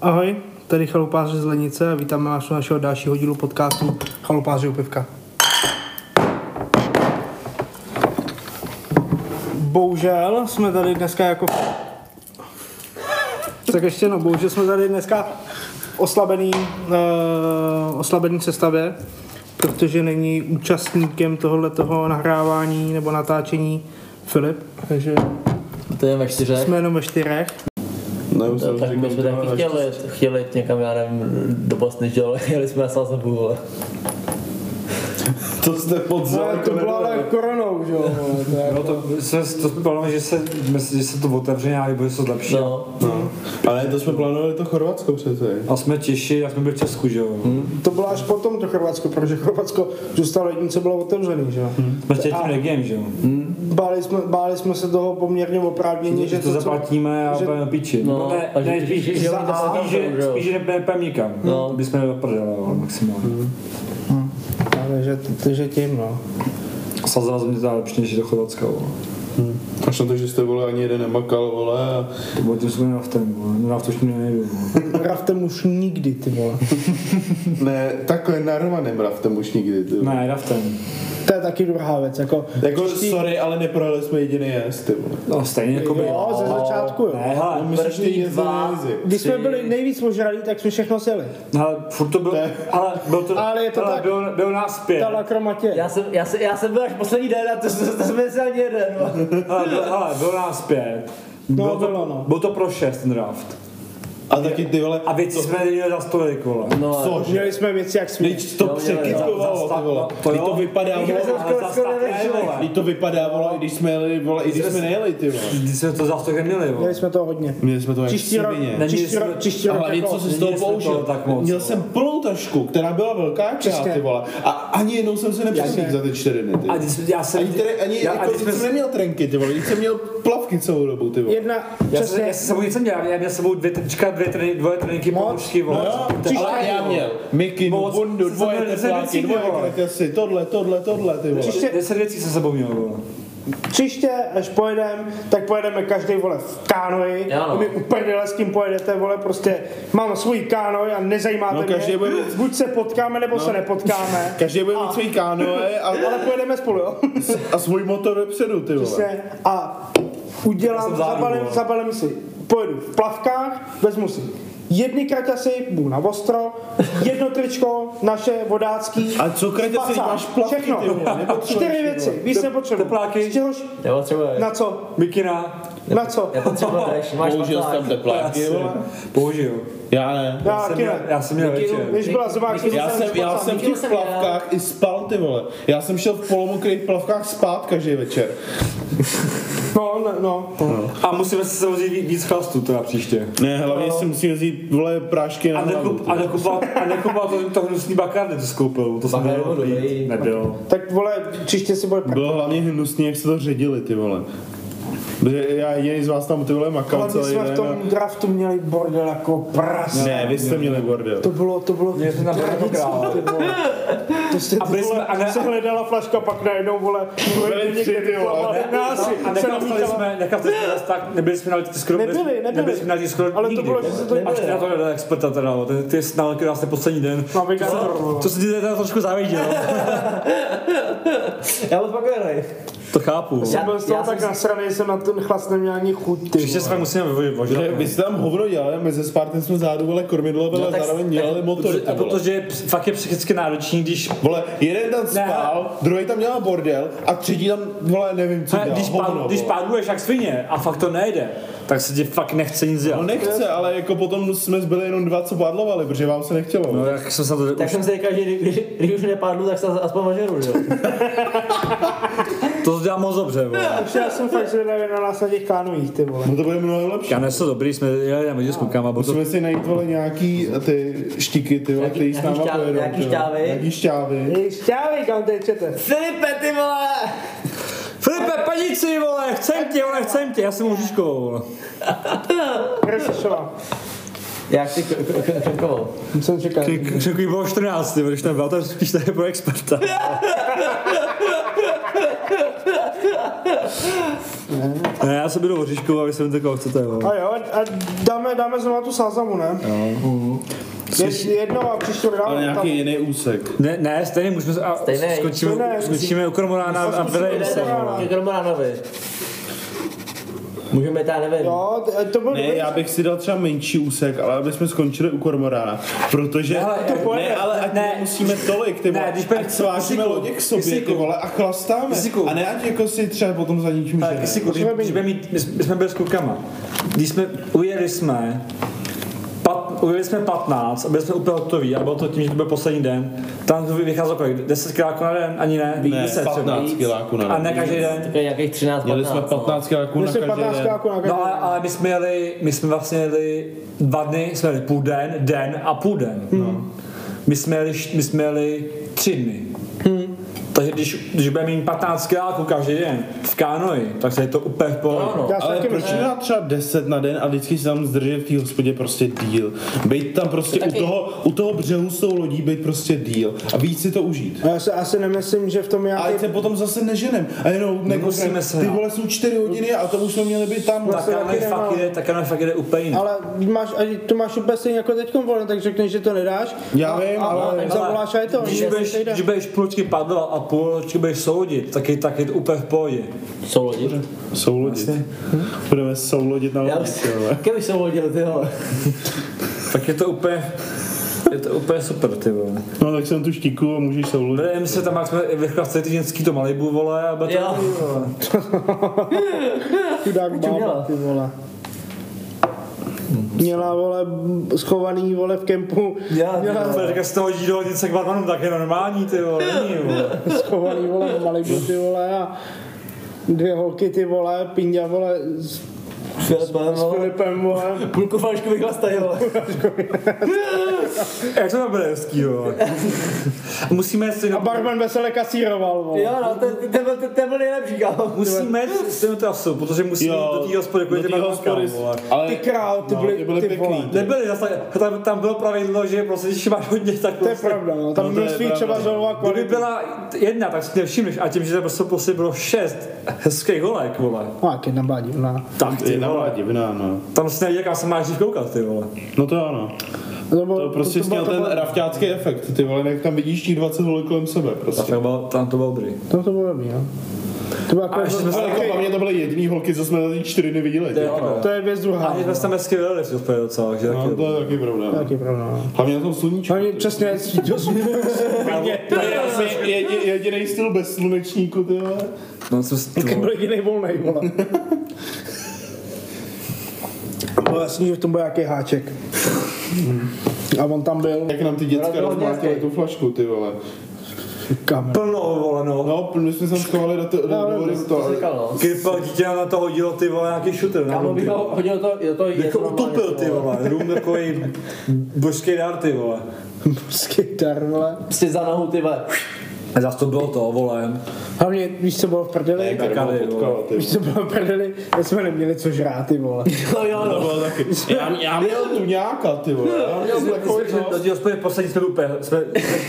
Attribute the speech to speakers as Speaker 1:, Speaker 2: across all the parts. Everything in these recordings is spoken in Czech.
Speaker 1: Ahoj, tady chalupáři z Lenice a vítáme vás u našeho dalšího dílu podcastu Chalupáři u pivka. Bohužel jsme tady dneska jako... Tak ještě no, bohužel jsme tady dneska v oslabený, uh, oslabený sestavě, protože není účastníkem tohoto nahrávání nebo natáčení Filip, takže
Speaker 2: To je ve čtyřech.
Speaker 1: jsme jenom ve čtyřech.
Speaker 3: Ne, už
Speaker 2: No,
Speaker 3: jsem
Speaker 2: tak my jsme taky chtěli, jet, chtěli jet někam, já nevím, do Bosny, že jo, ale jeli jsme na Salzburgu, ale
Speaker 3: To jste podzal,
Speaker 4: Ale to bylo ale koronou, že jo? vole, to je-
Speaker 5: No to, se, to bylo, že se, že se to otevře nějak, bude se zlepší. No.
Speaker 2: no,
Speaker 3: Ale to jsme plánovali to Chorvatsko přece.
Speaker 5: A jsme Češi a jsme byli v Česku, že jo. Hmm.
Speaker 4: To bylo až potom to Chorvatsko, protože Chorvatsko zůstalo jediný, co bylo otevřený, že jo?
Speaker 5: Jsme s tím regiem, že jo.
Speaker 4: Hmm. Báli jsme, báli jsme se toho poměrně oprávněně,
Speaker 5: Že to zaplatíme a
Speaker 4: že-
Speaker 5: budeme na piči.
Speaker 2: No,
Speaker 5: ne,
Speaker 2: a že
Speaker 5: ne,
Speaker 2: když-
Speaker 5: spíš,
Speaker 2: když
Speaker 5: že-
Speaker 2: oni to se
Speaker 5: spíš, že-
Speaker 2: tam jdou.
Speaker 5: spíš, že nepůjdeme nikam.
Speaker 2: No.
Speaker 5: No. By jsme prdele, ale maximálně. Hmm.
Speaker 4: Takže, takže tím, no.
Speaker 5: Sazala ze mě teda lepší než do Chorvatska, vole.
Speaker 3: Až na to, že jste vole ani jeden nemakal, vole. A...
Speaker 5: To bylo tím svým naftem, vole. No, naft už mě nejdu, vole.
Speaker 4: Raftem už nikdy, ty vole.
Speaker 3: Ne, takhle naromanem raftem už nikdy. Ty. vole.
Speaker 5: Ne, naftem.
Speaker 4: To je taky druhá věc, jako...
Speaker 3: Jako, sorry, ale neprohali jsme jediný jazd, ty vole.
Speaker 5: No, stejně jako by.
Speaker 4: Jo, ze začátku, jo.
Speaker 5: Ne, hele,
Speaker 3: Myslíš ty
Speaker 2: První
Speaker 3: jezdy
Speaker 2: dva.
Speaker 3: na jazyk?
Speaker 4: Když jsme byli nejvíc ožralí, tak jsme všechno sjeli.
Speaker 5: hele, furt to bylo, ale bylo to,
Speaker 4: Ale je to
Speaker 5: hele,
Speaker 4: tak-
Speaker 5: bylo, bylo nás pět.
Speaker 4: Ta lakromatě.
Speaker 2: já jsem, já jsem, já jsem byl až poslední den a to, to, to jsme se ani jeden, no.
Speaker 5: Hele, bylo, hele, bylo nás pět.
Speaker 4: No,
Speaker 5: Bylo to,
Speaker 4: bylo, no.
Speaker 5: bylo to pro šest ten draft.
Speaker 3: A taky ty vole,
Speaker 5: A věci jsme neměli za stolik, vole.
Speaker 2: no ale-
Speaker 3: cože?
Speaker 4: Měli jsme věci jak svý.
Speaker 3: Teď to
Speaker 2: Jo, jo, jo.
Speaker 3: překytkovalo, ty vole.
Speaker 5: no, To
Speaker 3: Teď
Speaker 5: jo.
Speaker 3: to vypadá,
Speaker 2: jsme
Speaker 3: vole.
Speaker 2: se skoro-
Speaker 5: ale za
Speaker 2: skoro
Speaker 5: stav
Speaker 2: nevěřili.
Speaker 5: ne, vole.
Speaker 3: Teď to vypadá, vole, i když jsme jeli, vole, i když jsme nejeli, ty vole.
Speaker 5: Když jsme to za stolik neměli, vole.
Speaker 4: Měli jsme toho hodně.
Speaker 3: Měli jsme to jak
Speaker 4: Příští rok,
Speaker 3: svině.
Speaker 5: Neměli
Speaker 4: příští
Speaker 5: jsme-
Speaker 4: rok, příští rok.
Speaker 3: Ale
Speaker 4: jako-
Speaker 3: něco si z toho
Speaker 5: Neměli jsme
Speaker 3: použil.
Speaker 5: toho tak moc,
Speaker 3: Měl
Speaker 5: no.
Speaker 3: jsem plnou tašku, která byla velká,
Speaker 4: Přesně.
Speaker 3: krát, ty vole. A ani jednou jsem se nepřesvík
Speaker 4: ne.
Speaker 3: za ty čtyři dny, ty.
Speaker 5: A
Speaker 3: vole.
Speaker 5: když jsme, já jsem...
Speaker 3: Ani, tady, ani já,
Speaker 5: já, a
Speaker 3: jako,
Speaker 5: když jsme,
Speaker 3: jsem
Speaker 5: já,
Speaker 3: neměl trenky, ty vole, když jsem měl plavky celou dobu, ty vole.
Speaker 4: Jedna,
Speaker 5: jsem- já jsem
Speaker 4: přesně,
Speaker 5: s sebou nic neměl, já měl s sebou dvě trička, dvě trny, dvoje trenky,
Speaker 4: Moc.
Speaker 5: ponožky, vole.
Speaker 4: Příští
Speaker 3: ale
Speaker 4: rok.
Speaker 3: já měl mikinu,
Speaker 5: Moc.
Speaker 3: bundu,
Speaker 5: Jsem
Speaker 3: dvoje
Speaker 5: měl deset
Speaker 3: tepláky,
Speaker 5: věcí, ty
Speaker 3: dvoje
Speaker 5: vole.
Speaker 3: kraťasy, tohle, tohle, tohle, ty vole.
Speaker 4: Příště-
Speaker 5: Deset věcí jsem s sebou měl, vole.
Speaker 4: Příště, až pojedem, tak pojedeme každý vole v kánoji.
Speaker 2: Jo, no.
Speaker 4: A my uprdele s kým pojedete, vole, prostě mám svůj kánoj a nezajímá
Speaker 3: No,
Speaker 4: to mě.
Speaker 3: každý bude- No.
Speaker 4: Buď se potkáme, nebo se nepotkáme.
Speaker 3: Každý bude mít svůj kánoe a,
Speaker 4: Ale pojedeme spolu, jo?
Speaker 3: a svůj motor vepředu, ty vole.
Speaker 4: Přesně. A
Speaker 5: Já jsem
Speaker 4: udělám,
Speaker 5: zádu,
Speaker 4: zabalím,
Speaker 5: vole.
Speaker 4: zabalím si, pojedu v plavkách, vezmu si jedny kraťasy, budu na ostro, jedno tričko, naše vodácký.
Speaker 3: A co kraťasy,
Speaker 4: pacák,
Speaker 3: máš plavky,
Speaker 4: všechno.
Speaker 3: ty vole, nepotřebuješ,
Speaker 4: Čtyři
Speaker 3: ty
Speaker 4: věci,
Speaker 3: vole.
Speaker 4: víc nepotřebuji.
Speaker 5: tepláky?
Speaker 4: Z čehož,
Speaker 2: Já potřebuji,
Speaker 4: na co?
Speaker 5: Mikina,
Speaker 4: Na co?
Speaker 2: já potřebuji drž, máš
Speaker 3: Použil jsi
Speaker 2: paták.
Speaker 3: tam tepláky, vole?
Speaker 5: použil.
Speaker 3: Já ne.
Speaker 4: Já,
Speaker 5: Já jsem
Speaker 4: taky
Speaker 5: měl,
Speaker 4: ne.
Speaker 5: já jsem měl večer.
Speaker 4: Když byla zubák,
Speaker 3: Já jsem, já jsem v těch
Speaker 2: jsem
Speaker 3: plavkách i spal, ty vole. Já jsem šel v polomokrých plavkách spát každý večer.
Speaker 4: No, no, no.
Speaker 5: A musíme si se vzít víc chlastu teda příště.
Speaker 3: Ne, hlavně si musím vzít, vole, prášky na
Speaker 5: A
Speaker 3: hlavu.
Speaker 5: nekup,
Speaker 3: ty
Speaker 5: a
Speaker 3: vole.
Speaker 5: nekupoval, a nekupoval to, to hnusný bakardy, co skoupil. To jsem
Speaker 2: Bakardy
Speaker 5: měl
Speaker 2: byl
Speaker 5: být.
Speaker 2: dobrý.
Speaker 5: Nebylo.
Speaker 4: Tak vole, příště si bude
Speaker 3: Bylo hlavně hnusný, jak se to ředili, ty vole. Protože já jediný z vás tam ty vole makal
Speaker 4: Ale my
Speaker 3: celý
Speaker 4: jsme
Speaker 3: den.
Speaker 4: v
Speaker 3: a-
Speaker 4: tom draftu měli bordel jako prase.
Speaker 3: Ne, vy jste měli bordel.
Speaker 4: To bylo, to bylo
Speaker 5: Mě to tam bylo
Speaker 4: tragický,
Speaker 5: král.
Speaker 4: ty vole. To jste,
Speaker 5: A
Speaker 4: ty
Speaker 5: byli
Speaker 4: vole,
Speaker 5: jsme- a ne-
Speaker 4: se hledala flaška, pak najednou, vole,
Speaker 3: byli
Speaker 4: někde
Speaker 3: tři, ty vole.
Speaker 4: vyplava. Ne, asi,
Speaker 5: No, A
Speaker 4: se
Speaker 5: nekastali
Speaker 4: namítala.
Speaker 5: jsme, nekastali jsme nás tak, nebyli jsme na lidi skoro,
Speaker 4: Nebyli, nebyli.
Speaker 5: nebyli jsme na lidi skoro
Speaker 4: Ale to
Speaker 5: nikdy.
Speaker 4: bylo, že se to
Speaker 5: Až
Speaker 4: nebyli.
Speaker 5: na to nedá experta teda, no. ty, ty snálky nás ten poslední den.
Speaker 4: Navigátor,
Speaker 5: To,
Speaker 4: vole.
Speaker 5: to se ti teda trošku závidí, no.
Speaker 2: Já byl spokojený.
Speaker 5: To chápu.
Speaker 4: jsem byl
Speaker 2: Já-
Speaker 4: z toho
Speaker 2: já
Speaker 4: tak
Speaker 2: jsem-
Speaker 4: nasraný, že jsem na ten chlast neměl ani chuť, ty
Speaker 5: Příště
Speaker 4: vole.
Speaker 5: se fakt musíme vyvožit.
Speaker 3: Ne, Vy jste tam hovno dělali, my ze Spartan jsme zádu, ale kormidlo bylo,
Speaker 2: No, tak-
Speaker 3: zároveň dělali motory, ty
Speaker 5: A
Speaker 3: vole.
Speaker 5: protože je ps- fakt je psychicky náročný, když
Speaker 3: Vole, jeden tam
Speaker 5: Ne.
Speaker 3: spal, druhý tam dělal bordel a třetí tam, vole, nevím, co
Speaker 5: Hele,
Speaker 3: dělal.
Speaker 5: když, pán,
Speaker 3: hovno,
Speaker 5: když
Speaker 3: vole.
Speaker 5: páduješ jak svině a fakt to nejde, tak se ti fakt nechce nic dělat.
Speaker 3: No nechce, ale jako potom jsme zbyli jenom dva, co padlovali, protože vám se nechtělo.
Speaker 5: No, jak jsem se na to
Speaker 2: Tak jsem si říkal, že když, když už nepádlu, tak se aspoň mažeru, že jo.
Speaker 5: To dělá moc dobře, vole.
Speaker 4: Takže já jsem fakt zvědavý na nás na těch kánojích, ty vole.
Speaker 3: No to bude mnohem lepší.
Speaker 5: Já nejsem dobrý, jsme jeli na vodě s klukama, bo to
Speaker 3: Musíme si najít vole nějaký eh, ty štíky, ty vole,
Speaker 2: Nějaký-
Speaker 3: který s
Speaker 2: nějaký
Speaker 3: náma
Speaker 2: šťávy,
Speaker 3: pojedou.
Speaker 2: nějaký
Speaker 3: ty vole.
Speaker 2: šťávy.
Speaker 3: Nějaký šťávy.
Speaker 4: Jej, šťávej, kam tečete.
Speaker 2: Filipe, ty vole!
Speaker 5: Filipe, panici, vole, chcem tě, vole, chcem tě, já jsem mužičkou, vole.
Speaker 4: Kršišová.
Speaker 2: Jak ty k- k- k- krkovou.
Speaker 4: Jsem čekal.
Speaker 5: Řekl jí bylo 14, ty, když tam byl, to je spíš tady pro experta. Ne, já se budu oříšku a vy se vezmete koho chcete, vole.
Speaker 4: A jo, a, a dáme, dáme znovu tu sázamu, ne? Jo. Je, jedno a příště
Speaker 3: Ale
Speaker 4: dáme.
Speaker 3: nějaký jiný úsek.
Speaker 5: Ne, ne, stejně můžeme se- a
Speaker 2: Stejný.
Speaker 5: skončíme,
Speaker 4: Stejný.
Speaker 5: skončíme u Kormorána a vedeme se. vole.
Speaker 2: Ke Kormoránovi. Můžeme já
Speaker 4: Jo,
Speaker 2: nevím.
Speaker 4: No, t- to byl
Speaker 3: Ne,
Speaker 4: dobrý.
Speaker 3: já bych si dal třeba menší úsek, ale aby jsme skončili u kormorána. Protože,
Speaker 5: Ale- To pojede.
Speaker 3: ne, ale ať
Speaker 5: Ne.
Speaker 3: ne, musíme tolik, ty vole,
Speaker 5: Ne, když
Speaker 3: když
Speaker 5: půjde-
Speaker 3: ať svážíme
Speaker 5: Kysiku,
Speaker 3: lodě k sobě,
Speaker 5: Kysiku.
Speaker 3: ty vole, a chlastáme.
Speaker 5: Kysiku.
Speaker 3: A ne, ať jako si třeba potom za ničím
Speaker 5: Ale
Speaker 3: žene.
Speaker 5: když si když, když budeme mít, my jsme- my jsme byli s klukama. Když jsme ujeli jsme, pat, ujeli jsme 15 a byli jsme úplně hotoví, a bylo to tím, že to byl poslední den. Tam to vycházelo kolik? 10 kiláků na den? Ani ne?
Speaker 3: Ne, 15 kiláků na
Speaker 5: A ne
Speaker 3: den.
Speaker 5: každý den?
Speaker 2: Takový nějakých no. 13, 15.
Speaker 3: Měli jsme 15 kiláků na
Speaker 4: Jestli
Speaker 3: každý
Speaker 4: 15
Speaker 3: den.
Speaker 4: jako na
Speaker 5: No
Speaker 4: každý.
Speaker 5: ale, ale my jsme jeli, my jsme vlastně jeli dva dny, jsme jeli půl den, den a půl den. No. My, jsme jeli, š- my jsme jeli tři dny. Takže když, když budeme mít 15 kiláků každý den v kánoji, tak se je to úplně v pohodě.
Speaker 2: No, no.
Speaker 4: Já si
Speaker 3: Ale
Speaker 4: taky
Speaker 3: proč
Speaker 4: myslím.
Speaker 3: ne třeba 10 na den a vždycky se tam zdržet v té hospodě prostě díl? Být tam prostě u toho, u toho břehu s tou lodí, být prostě díl a víc si to užít.
Speaker 4: Já si asi nemyslím, že v tom
Speaker 3: A ať
Speaker 4: nějaký...
Speaker 3: se potom zase neženem. A jenom
Speaker 5: Nemusíme se,
Speaker 3: ty
Speaker 5: no.
Speaker 3: vole jsou 4 hodiny a to už jsme měli být tam.
Speaker 5: Tak
Speaker 4: se
Speaker 5: já
Speaker 4: taky nemám.
Speaker 5: fakt jde, tak já fakt jde úplně jinak.
Speaker 4: Ale máš, a to máš úplně stejně jako teď volno, tak řekneš, že to nedáš.
Speaker 3: Já
Speaker 4: a,
Speaker 3: vím,
Speaker 4: a,
Speaker 3: ale-
Speaker 4: A zavoláš a je to.
Speaker 5: Když
Speaker 4: že
Speaker 5: budeš,
Speaker 4: to jde.
Speaker 5: když budeš půl ročky padl a půl ročky budeš soudit, tak je, tak je to úplně v pohodě.
Speaker 2: Jsou lodi.
Speaker 3: Soulodit. Budeme soulodit na
Speaker 2: Já
Speaker 3: lodi,
Speaker 2: už
Speaker 3: ty vole.
Speaker 2: Keby jsou lodi, ty vole.
Speaker 5: Tak je to úplně, je to úplně super, ty vole.
Speaker 3: No tak jsem tu štíku a můžeš soulodit.
Speaker 5: Budeme se tam, jak jsme vychlali celý týden skýto Malibu, vole, a bude to
Speaker 2: Jo.
Speaker 5: dobrý, vole.
Speaker 4: Chudák
Speaker 2: měla?
Speaker 4: bába, ty vole. Měla, vole, schovaný, vole, v kempu.
Speaker 2: Já,
Speaker 4: měla
Speaker 5: Ale říkáš, že to hodí do hodin se k barmanům, tak je normální, ty vole, není, vole.
Speaker 4: schovaný, vole, v Malibu, ty vole, a dvě holky, ty vole, Pinda, vole, s, s Filipem, vole.
Speaker 2: Půlku fanšku bych hlastají, vole.
Speaker 5: Jak to bude hezký, vole. Musíme si
Speaker 4: A barman vesele kasíroval, vole.
Speaker 2: Jo, no, ten, ten, ten, ten, ten byl nejlepší, kámo.
Speaker 5: Musíme jít s tím trasu, protože musíme jít do té hospody, kvůli
Speaker 3: do
Speaker 5: těm
Speaker 3: té
Speaker 5: barmankám,
Speaker 3: hospody.
Speaker 5: vole.
Speaker 3: Ale no,
Speaker 4: Ty král, ty byly,
Speaker 3: ty byly
Speaker 4: ty
Speaker 3: pěkný.
Speaker 4: vole.
Speaker 5: Nebyli zase, tak- tam, tam bylo pravidlo, že prostě, když máš hodně, tak
Speaker 4: To je
Speaker 5: prostě-
Speaker 4: pravda, no.
Speaker 3: No,
Speaker 4: Tam
Speaker 3: to je
Speaker 4: množství
Speaker 3: pravda.
Speaker 4: třeba zolova
Speaker 5: Kdyby
Speaker 4: kvality.
Speaker 5: byla jedna, tak si nevšimneš a tím, že tam prostě prostě bylo šest hezkých holek, vole.
Speaker 4: No, jak jedna byla divná.
Speaker 5: Tak ty
Speaker 3: Jedna byla
Speaker 5: vole.
Speaker 3: divná, no.
Speaker 5: Tam se neví, jaká se máš dřív koukat, ty vole.
Speaker 3: No to ano.
Speaker 4: To, bylo,
Speaker 3: To prostě
Speaker 4: to, to,
Speaker 3: měl
Speaker 4: bylo- to,
Speaker 3: ten
Speaker 4: bylo-
Speaker 3: rafťácký efekt, ty vole, jak tam vidíš těch 20 holek kolem sebe,
Speaker 5: Tak
Speaker 3: prostě.
Speaker 5: to bylo, tam to bylo dobrý.
Speaker 4: to, to bylo dobrý, no. To bylo
Speaker 5: A ještě jsme
Speaker 4: jako...
Speaker 5: se
Speaker 3: Ale jako hlavně to byly jediný holky, co jsme za ty čtyři dny viděli. ty.
Speaker 4: To je věc
Speaker 5: no. A
Speaker 4: druhá. no.
Speaker 5: my jsme se tam hezky vyleli v úplně docela, takže taky
Speaker 3: No,
Speaker 5: dobrý.
Speaker 3: to je taky pravda. no.
Speaker 4: Taky pravda, no.
Speaker 3: Hlavně na tom sluníčku.
Speaker 4: Hlavně přesně,
Speaker 3: To je asi jedi- jedinej styl bez slunečníku, ty vole.
Speaker 5: No, jsme se
Speaker 4: Taky byl jediný volnej, vole. Bylo jasný, že v tom byl nějaký háček. A on tam byl.
Speaker 3: Jak nám ty děcka
Speaker 2: Pravda,
Speaker 3: rozmátily
Speaker 2: hezký.
Speaker 3: tu flašku, ty vole.
Speaker 4: Kam?
Speaker 5: plno, vole, no.
Speaker 3: No, my jsme se schovali do to, do,
Speaker 4: No,
Speaker 3: do,
Speaker 4: ale
Speaker 3: do, do,
Speaker 2: To říkal, no.
Speaker 5: Kripel dítě na to hodilo, ty vole, nějaký šutr.
Speaker 2: Kámo, bych ho hodil to, jo, to je
Speaker 5: Jako utopil, ty vole. Rum takový božský dar, ty vole.
Speaker 4: Skytar, vole.
Speaker 2: Prostě za nohu, ty vole.
Speaker 5: A zase to bylo to, vole.
Speaker 4: Hlavně, víš, co bylo v prdeli?
Speaker 5: Kakali, vole.
Speaker 3: do,
Speaker 4: Víš, co bylo v prdeli? My jsme neměli co žrát, ty vole.
Speaker 2: Jo, jo,
Speaker 3: to
Speaker 2: no.
Speaker 3: bylo taky. Já, já měl tu nějaká, ty vole. Já měl
Speaker 5: My
Speaker 3: takový,
Speaker 5: jsme šli
Speaker 3: no.
Speaker 5: Do té hospody poslední jsme byli úplně, jsme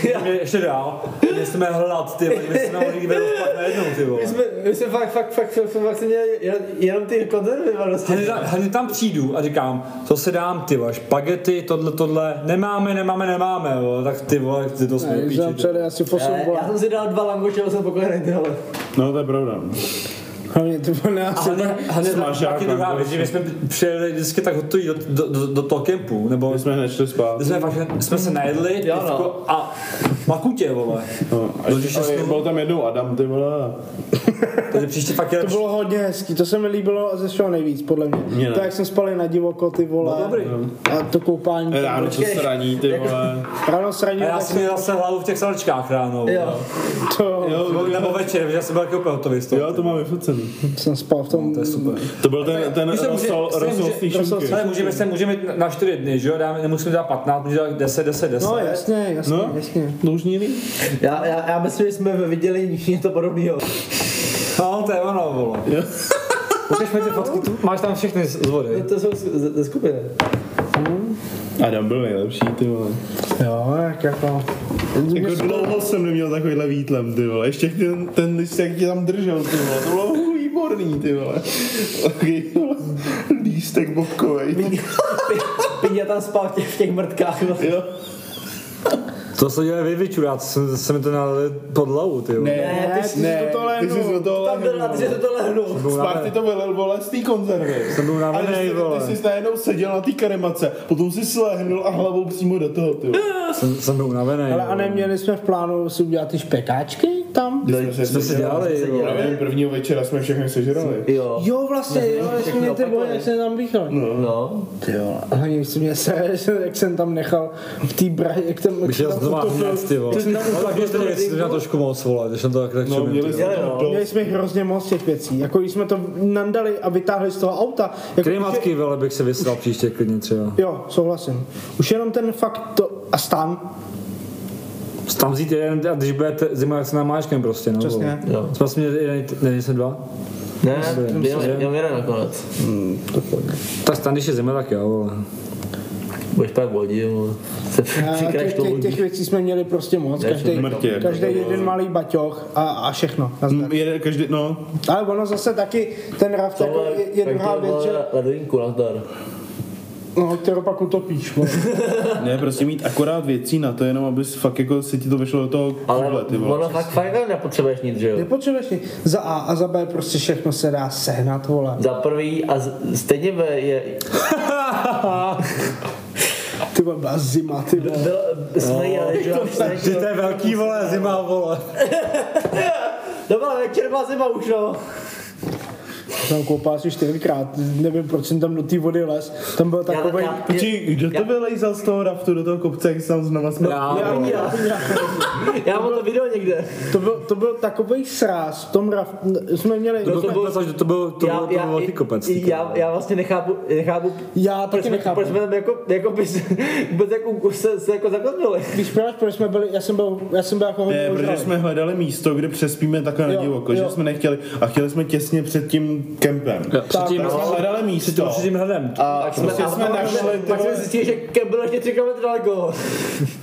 Speaker 5: jsme měli ještě dál, my jsme hlad, ty vole, my jsme mohli jít rozpad najednou, ty vole.
Speaker 2: My jsme, my jsme fakt, fakt, fakt, fakt, fakt jsme měli jen, jenom ty konzervy, vole, prostě.
Speaker 5: Hned, hned tam přijdu a říkám, co se dám, ty vole, špagety, tohle, tohle, nemáme, nemáme, nemáme, vole, tak ty vole, ty to jsme do
Speaker 4: My
Speaker 5: píči,
Speaker 4: jsme
Speaker 5: ty.
Speaker 4: přeli asi v 8
Speaker 2: Ale já
Speaker 4: vole.
Speaker 2: jsem si dal dva langoše, byl jsem pokojený, ty vole.
Speaker 3: no, to je pravda.
Speaker 4: Hlavně, ty vole,
Speaker 5: A
Speaker 4: nás.
Speaker 5: hned, hned
Speaker 3: Smažák,
Speaker 5: taky druhá
Speaker 3: langoš.
Speaker 5: věc, že my jsme přijeli vždycky tak hotoví do, do, do, do toho kempu, nebo
Speaker 3: My jsme hned šli spát.
Speaker 5: my jsme, fakt, jsme se najedli
Speaker 2: Jo, no.
Speaker 5: pivko a makutě, vole.
Speaker 3: No, a ještě, ale byl tam jednou Adam, ty vole.
Speaker 5: Takže příště fakt je
Speaker 4: To bylo hodně hezký, to se mi líbilo ze všeho nejvíc, podle mě.
Speaker 3: ne.
Speaker 4: Tak jak jsme spali na divoko, ty vole. No.
Speaker 5: Bylo No, dobrý.
Speaker 4: A to koupání.
Speaker 3: Ráno co
Speaker 2: počkej.
Speaker 3: sraní, ty vole.
Speaker 4: Ráno sraní,
Speaker 5: A já
Speaker 4: tak
Speaker 5: jsem měl zase hlavu v těch salčkách ráno.
Speaker 2: Jo.
Speaker 4: to...
Speaker 5: Nebo, nebo večer, protože já jsem byl taky úplně hotový z toho.
Speaker 3: Jo, to mám vyfocený.
Speaker 4: Jsem spal v tom...
Speaker 5: No, To je super.
Speaker 3: To byl ten, ten
Speaker 5: Myslím, že-
Speaker 3: rozsol,
Speaker 5: myslím, že-
Speaker 3: rozsol s tý šunky.
Speaker 5: Ale můžeme se můžeme jít na 4 dny, že jo? Dáme, nemusíme dát 15, můžeme dát 10, 10, 10.
Speaker 4: No jasně, jasně,
Speaker 3: No.
Speaker 4: jasně.
Speaker 3: Dlužní
Speaker 2: Já, já, já myslím, že jsme viděli něco podobného.
Speaker 5: No, to je ono, vole. Ukaž mi ty fotky, tu, máš tam všechny z z vody.
Speaker 2: To jsou z- ze- ze skupiny.
Speaker 3: Adam byl nejlepší, ty vole.
Speaker 4: Jo, tak jako...
Speaker 3: Jako dlouho jsem neměl takovýhle výtlem, ty vole. Ještě ten, ten list, jak tě tam držel, ty vole. To bylo výborný, ty vole. Takový, vole, Lístek bobkovej.
Speaker 2: Pindě tam spal v těch, v těch mrtkách. no. Ne,
Speaker 3: Jo.
Speaker 5: To se dělali vy, vyčuráci, jsem, jsem mi to nalili pod hlavu, ty jo.
Speaker 4: Ne, ty jsi do toho
Speaker 3: ty jsi
Speaker 4: lehnul.
Speaker 3: do toho
Speaker 2: tam byl na
Speaker 3: lehnul.
Speaker 2: ty, že to to lehnu.
Speaker 5: Byl
Speaker 3: Sparty
Speaker 5: navenek.
Speaker 3: to vylil, vole, z té konzervy.
Speaker 5: Jsem byl
Speaker 3: Ale
Speaker 5: navenej,
Speaker 3: ty,
Speaker 5: vole.
Speaker 3: ty jsi najednou seděl na té kremace, potom jsi slehnul a hlavou přímo do toho, ty vole.
Speaker 5: Jsem, jsem byl unavený.
Speaker 4: Ale a neměli jsme v plánu si udělat ty špekáčky tam?
Speaker 3: Když jsme
Speaker 5: jsme si dělali, jo.
Speaker 3: Já nevím, prvního večera jsme všechny sežrali.
Speaker 2: Jo.
Speaker 4: Jo, vlastně, jo,
Speaker 2: všechny
Speaker 4: jsme mě ty boje,
Speaker 2: opakovaně.
Speaker 4: jak jsem tam bíchal.
Speaker 2: No,
Speaker 4: Ty jo, hlavně se mě sere, že- jak jsem tam nechal v té brahy, jak tam...
Speaker 5: Bych jel
Speaker 4: tam
Speaker 5: znova
Speaker 4: utopil-
Speaker 5: hned, ty vole.
Speaker 4: jak jsem tam
Speaker 5: Ale
Speaker 4: utopil-
Speaker 5: tak když ty věci, to měl trošku moc, vole, když jsem to tak tak
Speaker 3: No,
Speaker 5: čumím,
Speaker 3: měli
Speaker 5: ty
Speaker 3: jsme
Speaker 5: vole.
Speaker 2: Jo,
Speaker 3: to
Speaker 2: jo.
Speaker 3: dost.
Speaker 4: Měli jsme hrozně moc těch věcí, jako když jsme to nandali a vytáhli z toho auta. Jako
Speaker 5: Klimatky, vole, bych se vysral příště klidně třeba.
Speaker 4: Jo, souhlasím. Už jenom ten fakt to... A stan?
Speaker 5: Tam vzít jeden, a když bude te- zima, jak se námáčkem prostě, no.
Speaker 4: Přesně.
Speaker 5: vole.
Speaker 2: jo.
Speaker 5: Jsme vlastně jeden, ne, nejsem dva.
Speaker 2: Ne,
Speaker 5: Myslím,
Speaker 2: byl
Speaker 5: že-
Speaker 2: jenom jeden nakonec.
Speaker 5: Tak stan, když je zima, tak jo, vole.
Speaker 2: Budeš pak vodil, vole. se
Speaker 4: A
Speaker 2: přikraš
Speaker 4: Eh, těch,
Speaker 2: to
Speaker 4: těch, těch
Speaker 2: vodí.
Speaker 4: věcí jsme měli prostě moc,
Speaker 2: Ne,
Speaker 4: každý,
Speaker 3: mrtě.
Speaker 4: každý jeden malý baťoch a, a všechno. Na
Speaker 3: Mm, Jeden, každý, no,
Speaker 4: Ale ono zase taky, ten raft jako
Speaker 2: Tohle,
Speaker 4: je, je druhá věc, že
Speaker 2: Ledovinku, nazdar.
Speaker 4: no, kterou pak utopíš. vole.
Speaker 3: ne, prostě mít akorát věcí na to, jenom aby fakt jako si ti to vyšlo do toho kudle,
Speaker 2: Ale
Speaker 3: ty vole.
Speaker 2: ono fakt fakt tam nepotřebuješ nic, že jo?
Speaker 4: Nepotřebuješ ni- za A a za B prostě všechno se dá sehnat, vole.
Speaker 2: Za prvý a z- stejně ve- je,
Speaker 4: Ty vole, byla zima, ty vole.
Speaker 2: byl, jsme jeli, že jo,
Speaker 5: Že to je velký, vole, zima, vole.
Speaker 2: To byla večerba zima už, no.
Speaker 4: Jsem koupal asi čtyřikrát, nevím proč jsem tam do té vody les. Tam byl takový.
Speaker 2: já-
Speaker 3: Počkej, kdo to vylejzal z toho raftu do toho kopce, jak jsem znovu jsme...
Speaker 5: Já, vole.
Speaker 2: Já mám to video někde.
Speaker 4: To byl, to byl takový sráz v tom raf, jsme měli,
Speaker 5: To byl
Speaker 2: to byl-
Speaker 5: kopec, až- to byl, to byl, to byl velký kopec. ty vole.
Speaker 2: já, já vlastně nechápu, nechápu
Speaker 4: já
Speaker 2: proč
Speaker 4: taky
Speaker 2: jsme,
Speaker 4: nechápu.
Speaker 2: proč jsme tam jako, jako by se, vůbec jako, se, se jako zakotvili.
Speaker 4: Víš proč, proč jsme byli, já jsem byl, já jsem byl jako hodně
Speaker 3: Ne, protože
Speaker 4: ožralý.
Speaker 3: jsme hledali místo, kde přespíme takhle na
Speaker 4: Jo,
Speaker 3: divoko, že
Speaker 4: jo.
Speaker 3: jsme nechtěli a chtěli jsme těsně před tím kempem.
Speaker 5: Jo, Předtím,
Speaker 3: Tak jsme hledali místo.
Speaker 5: předtím hledem.
Speaker 3: A prostě jsme našli, ty
Speaker 2: pak jsme
Speaker 3: vole,
Speaker 2: zjistili, že kemp byl ještě 3 km daleko.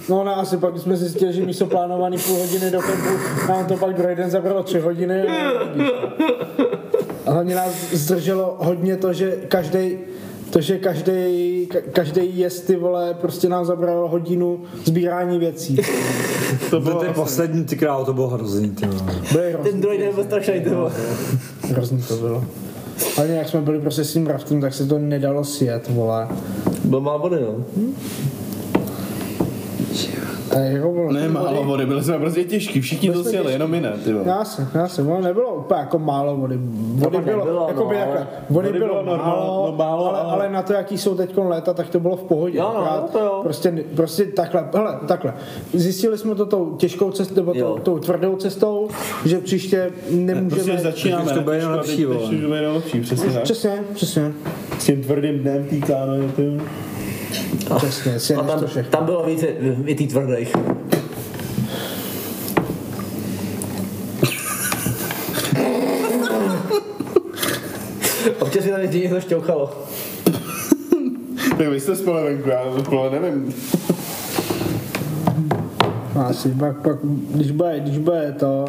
Speaker 4: No ne, asi pak jsme zjistili, že místo plánovaný půl hodiny do kempu, nám to pak druhý den zabralo tři hodiny. A a hlavně nás zdrželo hodně to, že každý to, že každý, každý jest ty vole, prostě nám zabralo hodinu sbírání věcí.
Speaker 3: to
Speaker 5: To
Speaker 3: bylo
Speaker 5: je poslední, ty král, to bylo hrozný, ty vole.
Speaker 4: Byly hrozný.
Speaker 2: Ten druhý den byl strašný, to bylo.
Speaker 4: Hrozný to bylo. Ale jak jsme byli prostě s tím raftem, tak se to nedalo sjet, vole.
Speaker 2: Byl má body, no.
Speaker 4: A jako bylo.
Speaker 3: Ne, málo vody, byli jsme prostě těžký, všichni to sjeli, jenom jiné, ty vole.
Speaker 4: Já jsem, já jsem, ono nebylo úplně jako málo vody. Vody
Speaker 2: pak
Speaker 4: bylo,
Speaker 2: nebylo,
Speaker 4: jako by
Speaker 2: no,
Speaker 4: takhle,
Speaker 2: ale-
Speaker 4: vody,
Speaker 3: vody
Speaker 4: bylo, málo,
Speaker 3: bylo normál- no, málo,
Speaker 4: ale,
Speaker 3: ale-
Speaker 4: ale, na to, jaký jsou teď léta, tak to bylo v pohodě.
Speaker 2: Jo, no,
Speaker 4: Akorát
Speaker 2: to jo.
Speaker 4: Prostě, prostě takhle, hele, takhle. Zjistili jsme to tou těžkou cestou, nebo tou,
Speaker 2: Jo.
Speaker 4: tou tvrdou cestou, že příště nemůžeme...
Speaker 3: Prostě začínáme.
Speaker 5: Teď už to bude
Speaker 3: na
Speaker 5: jenom
Speaker 3: těžko,
Speaker 5: lepší,
Speaker 3: teď-
Speaker 5: vole.
Speaker 3: Teď už to bude jenom lepší, přesně tak.
Speaker 4: Přesně, přesně,
Speaker 3: S tím tvrdým dnem tý kánoje, ty vole.
Speaker 4: přesně,
Speaker 2: A
Speaker 4: sjedneš
Speaker 2: tam,
Speaker 4: to všechno.
Speaker 2: tam bylo více, i tý tvrdých. Občas mi tam ještě něco šťouchalo.
Speaker 3: Tak vy jste spali venku, já spolu nevím.
Speaker 4: No, Asi, pak, pak, když bude, když bude to,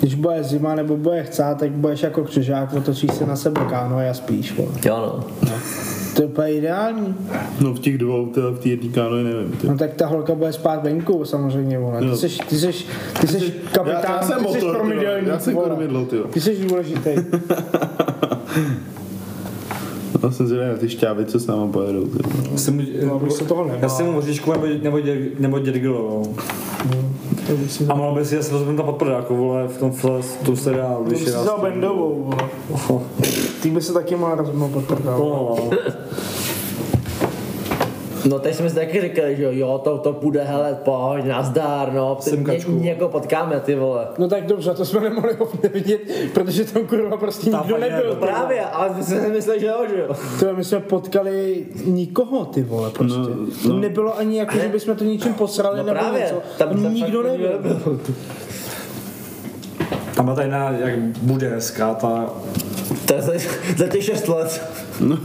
Speaker 4: když bude zima nebo bude chcát, tak budeš jako křižák, otočíš se na sebe kánoje a spíš, vole.
Speaker 2: Jo no.
Speaker 4: To je úplně ideální.
Speaker 3: No v těch dvou, ty vole, v té jedné kánoji nevím, ty.
Speaker 4: No tak ta holka bude spát venku samozřejmě, vole. Ty
Speaker 3: Jo.
Speaker 4: seš, ty seš, ty seš kapitán,
Speaker 3: já jsem
Speaker 4: ty seš
Speaker 3: motor, ty
Speaker 4: kormidelník,
Speaker 3: vole, já jsem
Speaker 4: vole.
Speaker 3: kormidlo, ty vole.
Speaker 4: Ty seš důležitý.
Speaker 3: Já jsem zvědavý na ty šťávy, co s náma pojedou, ty vole.
Speaker 5: Jsem,
Speaker 4: abych No, se toho nebál.
Speaker 5: já jsem mu voříčku nebo, nebo, děr- nebo děrgilovou. A mohl by si asi rozběhnout pod prdáku, vole, v tom, v tom seriálu, když je
Speaker 4: Jsi
Speaker 5: nás...
Speaker 4: vzal Bendovou, vole. Ty by se taky mal rozumnout pod prdel.
Speaker 5: No, no.
Speaker 2: No teď jsme si taky říkali, že jo, jo, to, to půjde, hele, pojď, nazdar, no. Ty-
Speaker 5: Jsem
Speaker 2: ně-
Speaker 5: kačku.
Speaker 2: Někoho potkáme, ty vole.
Speaker 4: No tak dobře, to jsme nemohli vidět, protože tam kurva prostě
Speaker 5: Ta
Speaker 4: nikdo
Speaker 5: paní
Speaker 4: nebyl.
Speaker 5: nebyla.
Speaker 2: Právě, ale my jsme si mysleli, že jo, že jo.
Speaker 4: Tyhle, my jsme potkali nikoho, ty vole, prostě. No,
Speaker 3: no.
Speaker 4: no. Nebylo ani jako, že bychom to ničím posrali
Speaker 2: No
Speaker 4: nebo
Speaker 2: právě,
Speaker 4: něco.
Speaker 2: tam- tam fakt
Speaker 4: nikdo
Speaker 2: nikdo
Speaker 4: nebyl.
Speaker 5: Tam byla ta jedna, jak bude hezká, ta...
Speaker 2: To je za, za těch šest let.
Speaker 3: No,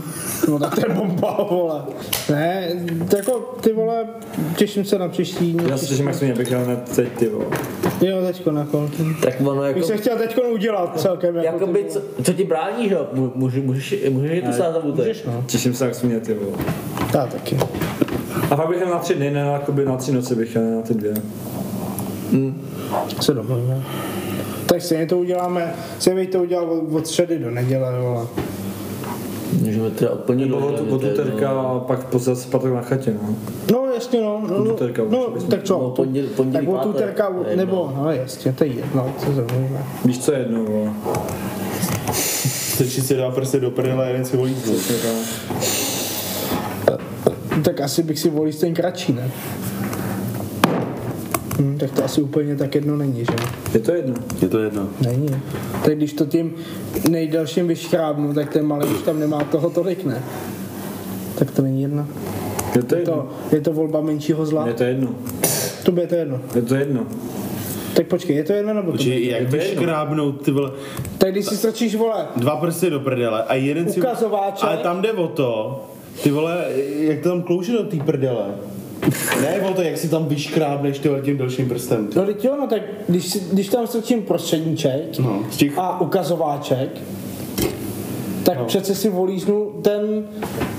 Speaker 4: No tak to je bomba, vole. Ne, to jako ty vole, těším se na příští. no,
Speaker 5: Já se těším, jak jsem bych jel hned teď, ty vole.
Speaker 4: Jo, teďko na kol.
Speaker 2: Tak ono jako...
Speaker 4: Bych se chtěl teďko udělat celkem. Jako,
Speaker 2: Jakoby, co, co ti brání, že jo? Mů- Můžeš, můžeš, můžeš je tu sám zabutit.
Speaker 5: Těším se, jak jsem měl, ty vole.
Speaker 4: Já no? taky.
Speaker 5: A pak bych jel na tři dny, ne na, jakoby na tři noci bych jel, ne na ty dvě.
Speaker 4: Se domluvíme. Tak stejně to uděláme, stejně bych to udělal od, od středy do neděle, vole.
Speaker 2: Můžeme teda úplně
Speaker 5: Nebo od, od úterka a pak pozdělat se patok na chatě, no.
Speaker 4: No jasně, no. No,
Speaker 5: Od
Speaker 4: no,
Speaker 5: úterka už,
Speaker 4: no
Speaker 5: bys-
Speaker 4: tak co?
Speaker 2: no, pondělí- pondělí,
Speaker 4: tak od
Speaker 2: pátek,
Speaker 4: úterka,
Speaker 2: to je jedno.
Speaker 4: nebo, no jasně, to je jedno, to se domluvíme.
Speaker 5: Víš, co je jedno, vole.
Speaker 3: Se čistě dá prostě do prdele a jeden si volí zvuk.
Speaker 4: Tak asi bych si volil ten kratší, ne? Hm, tak to asi úplně tak jedno není, že jo?
Speaker 5: Je to jedno.
Speaker 3: Je to jedno.
Speaker 4: Není. Tak když to tím nejdelším vyškrábnu, tak ten malý už tam nemá toho tolik, ne? Tak to není jedna.
Speaker 5: Je to
Speaker 4: Je
Speaker 5: jedno.
Speaker 4: to, je to volba menšího zla?
Speaker 5: Je to jedno.
Speaker 4: To bude to jedno.
Speaker 5: Je to jedno.
Speaker 4: Tak počkej, je to jedno nebo to? bude?
Speaker 3: Či jak budeš krábnout ty vole
Speaker 4: Tak když si strčíš, vole,
Speaker 3: dva prsty do prdele a jeden si...
Speaker 4: Ukazováče.
Speaker 3: Ale tam jde o to, ty vole, jak to tam klouže do té prdele. Ne o to, jak si tam vyškrábneš ty vole, tím dalším prstem.
Speaker 4: no teď jo, no tak když, si, když tam strčím prostředníček
Speaker 3: No, z těch-
Speaker 4: a ukazováček,
Speaker 3: No.
Speaker 4: tak přece si volíznu ten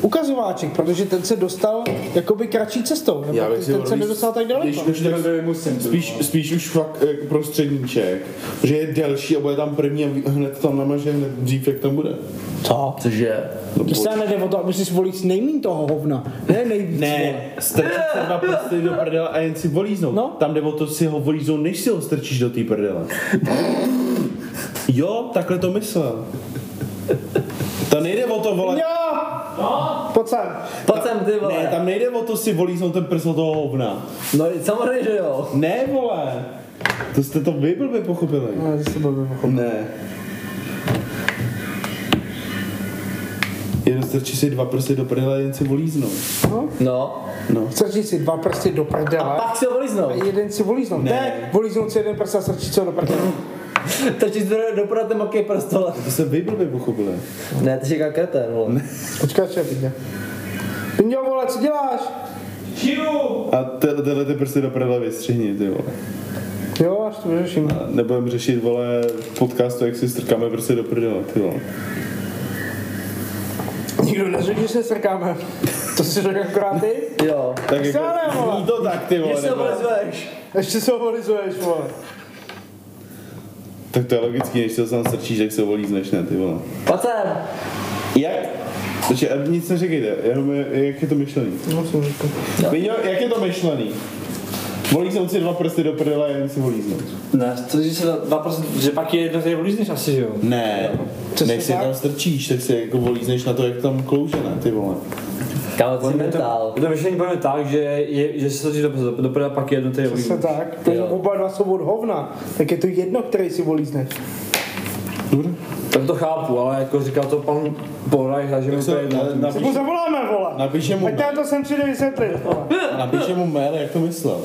Speaker 4: ukazováček, protože ten se dostal jakoby kratší cestou. Nebo
Speaker 3: Já bych
Speaker 4: ten,
Speaker 3: si
Speaker 4: ten se
Speaker 3: volil-
Speaker 4: nedostal tak daleko.
Speaker 3: Když- když jako tak- Spíš, spíš už fakt eh, prostředníček, že je delší a bude tam první a vy- hned tam namaže hned dřív, jak tam bude.
Speaker 4: Co?
Speaker 2: Cože?
Speaker 4: Když se nejde o to, aby si volil nejmín toho hovna. Ne nejvíc, vole.
Speaker 3: strčit se dva prsty do prdele a jen si volíznout.
Speaker 4: No.
Speaker 3: Tam jde o to si ho volíznou, než si ho strčíš do té prdele. Jo, takhle to myslel. To nejde o to volat.
Speaker 4: Jo! Pojď sem.
Speaker 2: Pojď sem, ty vole.
Speaker 3: Ne, tam nejde o to si volíznout ten prst od toho hovna.
Speaker 2: No samozřejmě, že jo.
Speaker 3: Ne, vole. To jste to vy blbě pochopili.
Speaker 4: No, to se bavíme.
Speaker 3: Ne. Jenom strčí si dva prsty do prdele a jen si volíznou.
Speaker 2: No.
Speaker 3: No.
Speaker 4: Strčí si dva prsty do prdele.
Speaker 2: Pak si ho
Speaker 4: A
Speaker 2: voliznou.
Speaker 4: jeden si volíznou. Ne. ne volíznout si jeden prst a strčit si ho do prdele.
Speaker 2: Trčí se do prate makej prstole.
Speaker 3: To jste vy blbě pochopili.
Speaker 2: Ne, to je říká kretén, vole.
Speaker 4: Počkej, co je vidět. Pindio, vole, co děláš?
Speaker 3: A te- tyhle ty prsty do prdele vystřihni, ty vole.
Speaker 4: Jo, až to vyřeším.
Speaker 3: A Nebudem řešit, vole, v podcastu, jak si strkáme prsty do prdele, ty vole.
Speaker 4: Nikdo neřekl, že se strkáme. To si řekl akorát ty.
Speaker 2: Jo.
Speaker 3: Tak
Speaker 4: Se ale, vole.
Speaker 3: zní to tak, ty
Speaker 2: Když
Speaker 3: vole.
Speaker 2: se ho
Speaker 3: nebo-
Speaker 2: volizuješ.
Speaker 4: Ještě se hovorizuješ, vole.
Speaker 3: Tak to je logický, než se ho sám strčíš, jak se ho volízneš, ne, ty vole.
Speaker 2: Pojď sem.
Speaker 3: Jak? Takže a nic neříkejte, jenom je- jak je to myšlený.
Speaker 4: No, jsem říkal.
Speaker 3: Viděl, jak je to myšlený? Volíznout si dva prsty do prdele a jen si volíznout.
Speaker 5: Ne, to, že, se dá, prostě, že pak je jedno, že vlízneš asi, že jo.
Speaker 3: Ne, než si
Speaker 4: tak?
Speaker 3: tam strčíš, tak si jako volízneš na to, jak tam klouže, ne, ty vole.
Speaker 2: Kámo, jsi
Speaker 5: Je to,
Speaker 2: mentál.
Speaker 5: je to myšlení budeme tak, že, je, že se točí do, do, do prdele, pak je jedno, to je
Speaker 4: Přesně
Speaker 5: vlízneš.
Speaker 4: tak. To je
Speaker 2: Jo.
Speaker 4: oba dva jsou od hovna. Tak je to jedno, který si volízneš.
Speaker 5: Tak to chápu, ale jako říkal to pan Bohraj, a že mi to je jedno.
Speaker 3: Na-
Speaker 4: Tak mu
Speaker 3: napíš-
Speaker 4: zavoláme, vole.
Speaker 3: Napíšem mu,
Speaker 4: Ať nám to sem přijde vysvětlit, vole.
Speaker 3: napíšem mu mail, jak to myslel.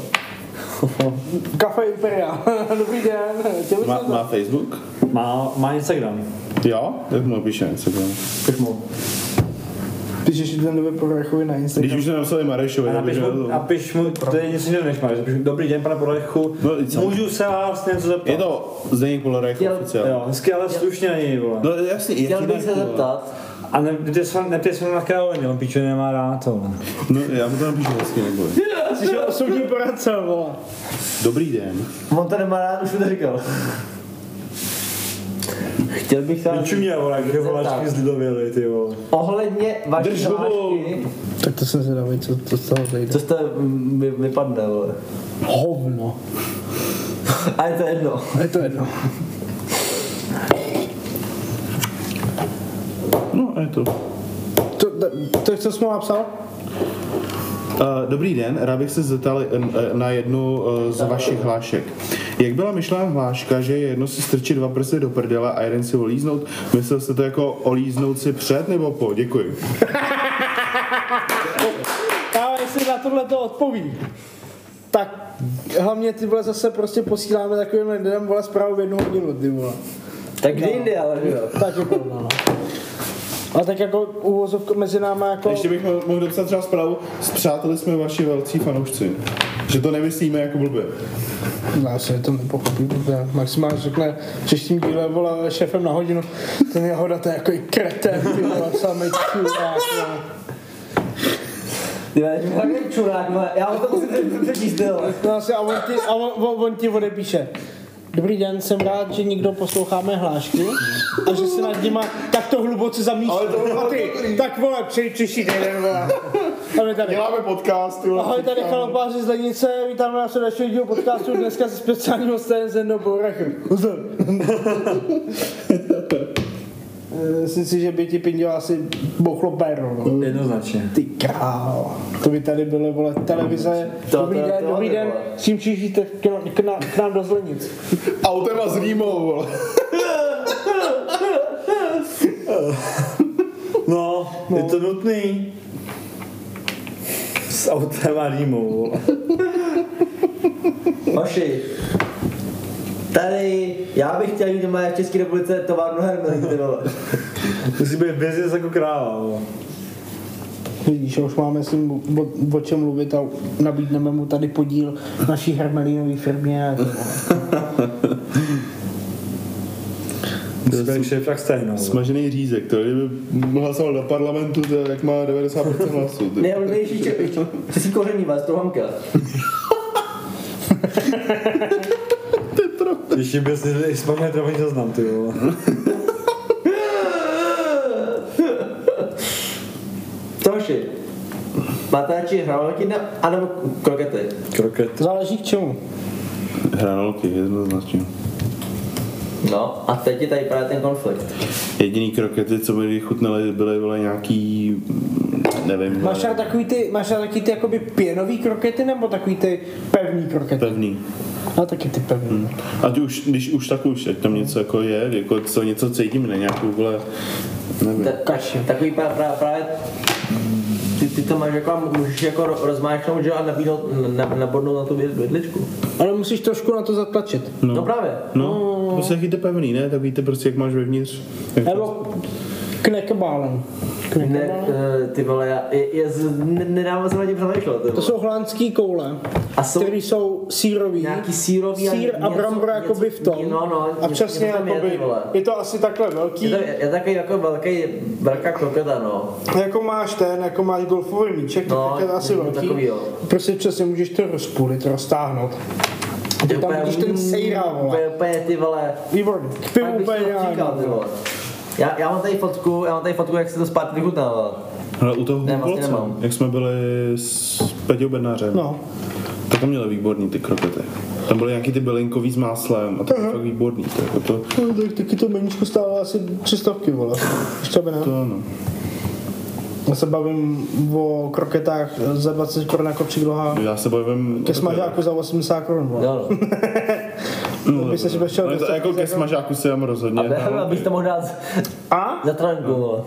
Speaker 4: Kafe Imperial. Dobrý den. Chtěl bych
Speaker 3: Má,
Speaker 4: se
Speaker 3: má Facebook?
Speaker 5: Má, má Instagram.
Speaker 3: Jo, tak mu napíšem Instagram.
Speaker 5: Píš mu.
Speaker 4: Píšeš ten době Povrchovi na Instagram.
Speaker 3: Když už to napsali Marešovi,
Speaker 5: A napiš
Speaker 3: napiš
Speaker 5: mu, napiš mu to je něco jiného než máš. Napiš mu, dobrý den, pane Podlechu,
Speaker 3: No, i co?
Speaker 5: můžu se vás něco
Speaker 3: Je
Speaker 5: zeptat?
Speaker 3: to Zdeněk Polorek
Speaker 2: Jo.
Speaker 3: oficiál.
Speaker 5: Jo, hezky, ale slušně na něj, vole.
Speaker 3: No jasně, jak
Speaker 2: Chtěl
Speaker 3: jinak,
Speaker 2: bych
Speaker 3: ty
Speaker 2: se
Speaker 3: vole.
Speaker 2: zeptat.
Speaker 5: A ne- neptej se, neptej se mu na Karolinu, on piče nemá rád to.
Speaker 3: No já mu to napíšu vlastně, nebo.
Speaker 4: Jsi osobní poradce, vole.
Speaker 3: Dobrý den.
Speaker 2: On to nemá rád, už mi to říkal. Chtěl bych tam
Speaker 5: Piču mě, vole, kde voláčky z Lidověly, ty vole.
Speaker 2: ohledně vaší
Speaker 3: Drž hubu.
Speaker 2: hlášky,
Speaker 4: Tak to jsem zvědavý, co, co z toho vyjde.
Speaker 2: co jste vy, vypadne, vole.
Speaker 4: Hovno.
Speaker 2: A je to jedno.
Speaker 4: A je to jedno.
Speaker 3: No a je to.
Speaker 4: To, to, to co jsi mu napsal?
Speaker 3: Uh, dobrý den, rád bych se zeptal eh, eh, na jednu eh, z vašich hlášek. Jak byla myšlená hláška, že je jedno si strčit dva prsty do prdele a jeden si olíznout? Myslel jste to jako olíznout si před nebo po? Děkuji.
Speaker 4: Já, jestli na tohle to odpoví. Tak hlavně ty vole zase prostě posíláme takovým lidem vole zprávu v jednu hodinu, ty vole.
Speaker 2: Tak kdy jindy, ale že jo.
Speaker 4: Tak je pravda, no. A tak jako úvozovka mezi náma jako...
Speaker 3: Ještě bych mohl, mohl dopsat třeba zprávu, zpřáteli jsme vaši velcí fanoušci. Že to nemyslíme jako blbě.
Speaker 4: no, Já se to nepochopím, protože Maximál řekne v příštím díle vole šéfem na hodinu, ten je hoda, to je jako i kreten, ty vole, samý čurák, vole.
Speaker 2: Ty máš fakt čurák, vole. já to musím přečíst, jo.
Speaker 4: No asi a on ti, a on, on, on ti odepíše. Dobrý den, jsem rád, že někdo posloucháme hlášky a že se nad nima takto hluboce zamýšlí.
Speaker 3: Ale to bylo
Speaker 4: a ty,
Speaker 3: dobrý.
Speaker 4: tak vole, přijď příští týden, vole. Tam je tady.
Speaker 3: Děláme podcast, ty vole.
Speaker 4: Ahoj, tady
Speaker 3: Kámo.
Speaker 4: chalopáři z Lenice, vítáme vás u dalšího dílu podcastu dneska se speciálním hostem Zendo Bourachem. Uzdar. Eh, Myslím si, že by ti pinděl asi bouchlo péro, no.
Speaker 6: Jednoznačně.
Speaker 4: Ty král. To by tady bylo, vole, televize.
Speaker 2: To-
Speaker 4: dobrý
Speaker 2: to-
Speaker 4: den,
Speaker 2: to-
Speaker 4: dobrý
Speaker 2: to-
Speaker 4: den,
Speaker 2: vole.
Speaker 4: s čím přijíždíte k, no- k, na- k nám do Zlenic.
Speaker 3: Autem a s rýmou, vole.
Speaker 6: No, no, je to nutný. S autem a rýmou, vole.
Speaker 2: Hoši, tady, já bych chtěl mít doma v České republice továrnu Hermelin, ty vole.
Speaker 6: Musí být business jako kráva, vole.
Speaker 4: Vidíš, už máme s ním o, o čem mluvit a nabídneme mu tady podíl naší hermelínové firmě. A
Speaker 6: Musí být šéf jak stejno, vole.
Speaker 3: Smažený řízek, to kdyby hlasoval do parlamentu, to je, jak má 90% hlasů. ty.
Speaker 2: Nejoblíbenější čepič, český koření vás, Truhamka.
Speaker 6: Když je business, smažený trávení seznam, ty vole.
Speaker 2: Co hoši? Máte radši hranolky na, anebo krokety?
Speaker 6: Kroket.
Speaker 4: záleží k čemu.
Speaker 3: Hranolky, jednoznačně.
Speaker 2: No, a teď je tady právě ten konflikt.
Speaker 3: Jediný krokety, co mi chutnaly, byly, byly nějaký, mm, nevím,
Speaker 4: Máš
Speaker 3: ale
Speaker 4: rád takový ty, máš rád takový ty jakoby pěnový krokety nebo takový ty pevný krokety?
Speaker 3: pevný.
Speaker 4: No taky ty pevný.
Speaker 3: Ať už, když už tak už, ať tam něco jako je, jako co, něco cítím, ne nějakou, vole, nevím.
Speaker 2: Ta-
Speaker 4: Kaši.
Speaker 2: Takový pra, pra, právě ty, ty to máš jako, můžeš jako ro- rozmáčknout, že jo, a nabídnout, na, nabodnout na tu vid- vidličku.
Speaker 4: Ale musíš trošku na to zatlačit.
Speaker 2: No, no právě.
Speaker 3: No, prostě taky to pevný, ne? Tak víte prostě, jak máš vevnitř. Jak
Speaker 4: Nebo knekebálen.
Speaker 2: Ne,
Speaker 4: Knekebálen.
Speaker 2: eh, ty vole, já, je, je, z- ne- nedávno jsem na ně přemýšlel, ty
Speaker 4: To
Speaker 2: vole.
Speaker 4: jsou holandský koule,
Speaker 2: A jsou-
Speaker 4: které jsou sírový.
Speaker 2: Nějaký sírový a
Speaker 4: Sír a
Speaker 2: něco-
Speaker 4: brambora
Speaker 2: něco-
Speaker 4: jakoby v tom.
Speaker 2: no, no,
Speaker 4: a
Speaker 2: něco-
Speaker 4: přesně
Speaker 2: něco tam je,
Speaker 4: jakoby,
Speaker 2: ty vole.
Speaker 4: je to asi takhle velký.
Speaker 2: Je, to, je, je takový jako velký, velká kroketa, no.
Speaker 4: Jako máš ten, jako máš golfový míček,
Speaker 2: No,
Speaker 4: tak je to asi
Speaker 2: něco
Speaker 4: velký.
Speaker 2: takovýho.
Speaker 4: Prostě přesně můžeš to rozpůlit, roztáhnout. A ty tam
Speaker 2: úplně-
Speaker 4: vidíš ten sejra, vole.
Speaker 2: Úplně, úplně ty vole.
Speaker 4: Výborný. K pivu
Speaker 2: Tak bych
Speaker 4: úplně no.
Speaker 2: to odříkal,
Speaker 4: ideální.
Speaker 2: ty vole. Já, já mám tady fotku, já mám tady fotku, jak se to zpátky vychutnával.
Speaker 3: Ale u toho
Speaker 2: Ne,
Speaker 3: Humpolce,
Speaker 2: vlastně nemám.
Speaker 3: jak jsme byli s Peťou Bednářem,
Speaker 4: No.
Speaker 3: tak tam měli výborný ty krokety. Tam byly nějaký ty bylinkový s máslem a to
Speaker 4: Mhm.
Speaker 3: bylo fakt výborný. To, jako to,
Speaker 4: No, tak taky to meničko stálo asi tři stovky, vole. Ještě by ne.
Speaker 3: to no. ano.
Speaker 4: Já se bavím o kroketách za 20 korun jako přidloha.
Speaker 3: Já se bavím...
Speaker 4: Ke smažáku za 80 korun, vole.
Speaker 2: Jo, no.
Speaker 3: No,
Speaker 4: by se si vešel
Speaker 3: ale to,
Speaker 4: dostat
Speaker 3: jako
Speaker 4: za-
Speaker 3: ke smažáku si dám rozhodně.
Speaker 2: A během,
Speaker 3: hranolky.
Speaker 2: abych to mohl dát
Speaker 4: A
Speaker 2: za tranku, vole.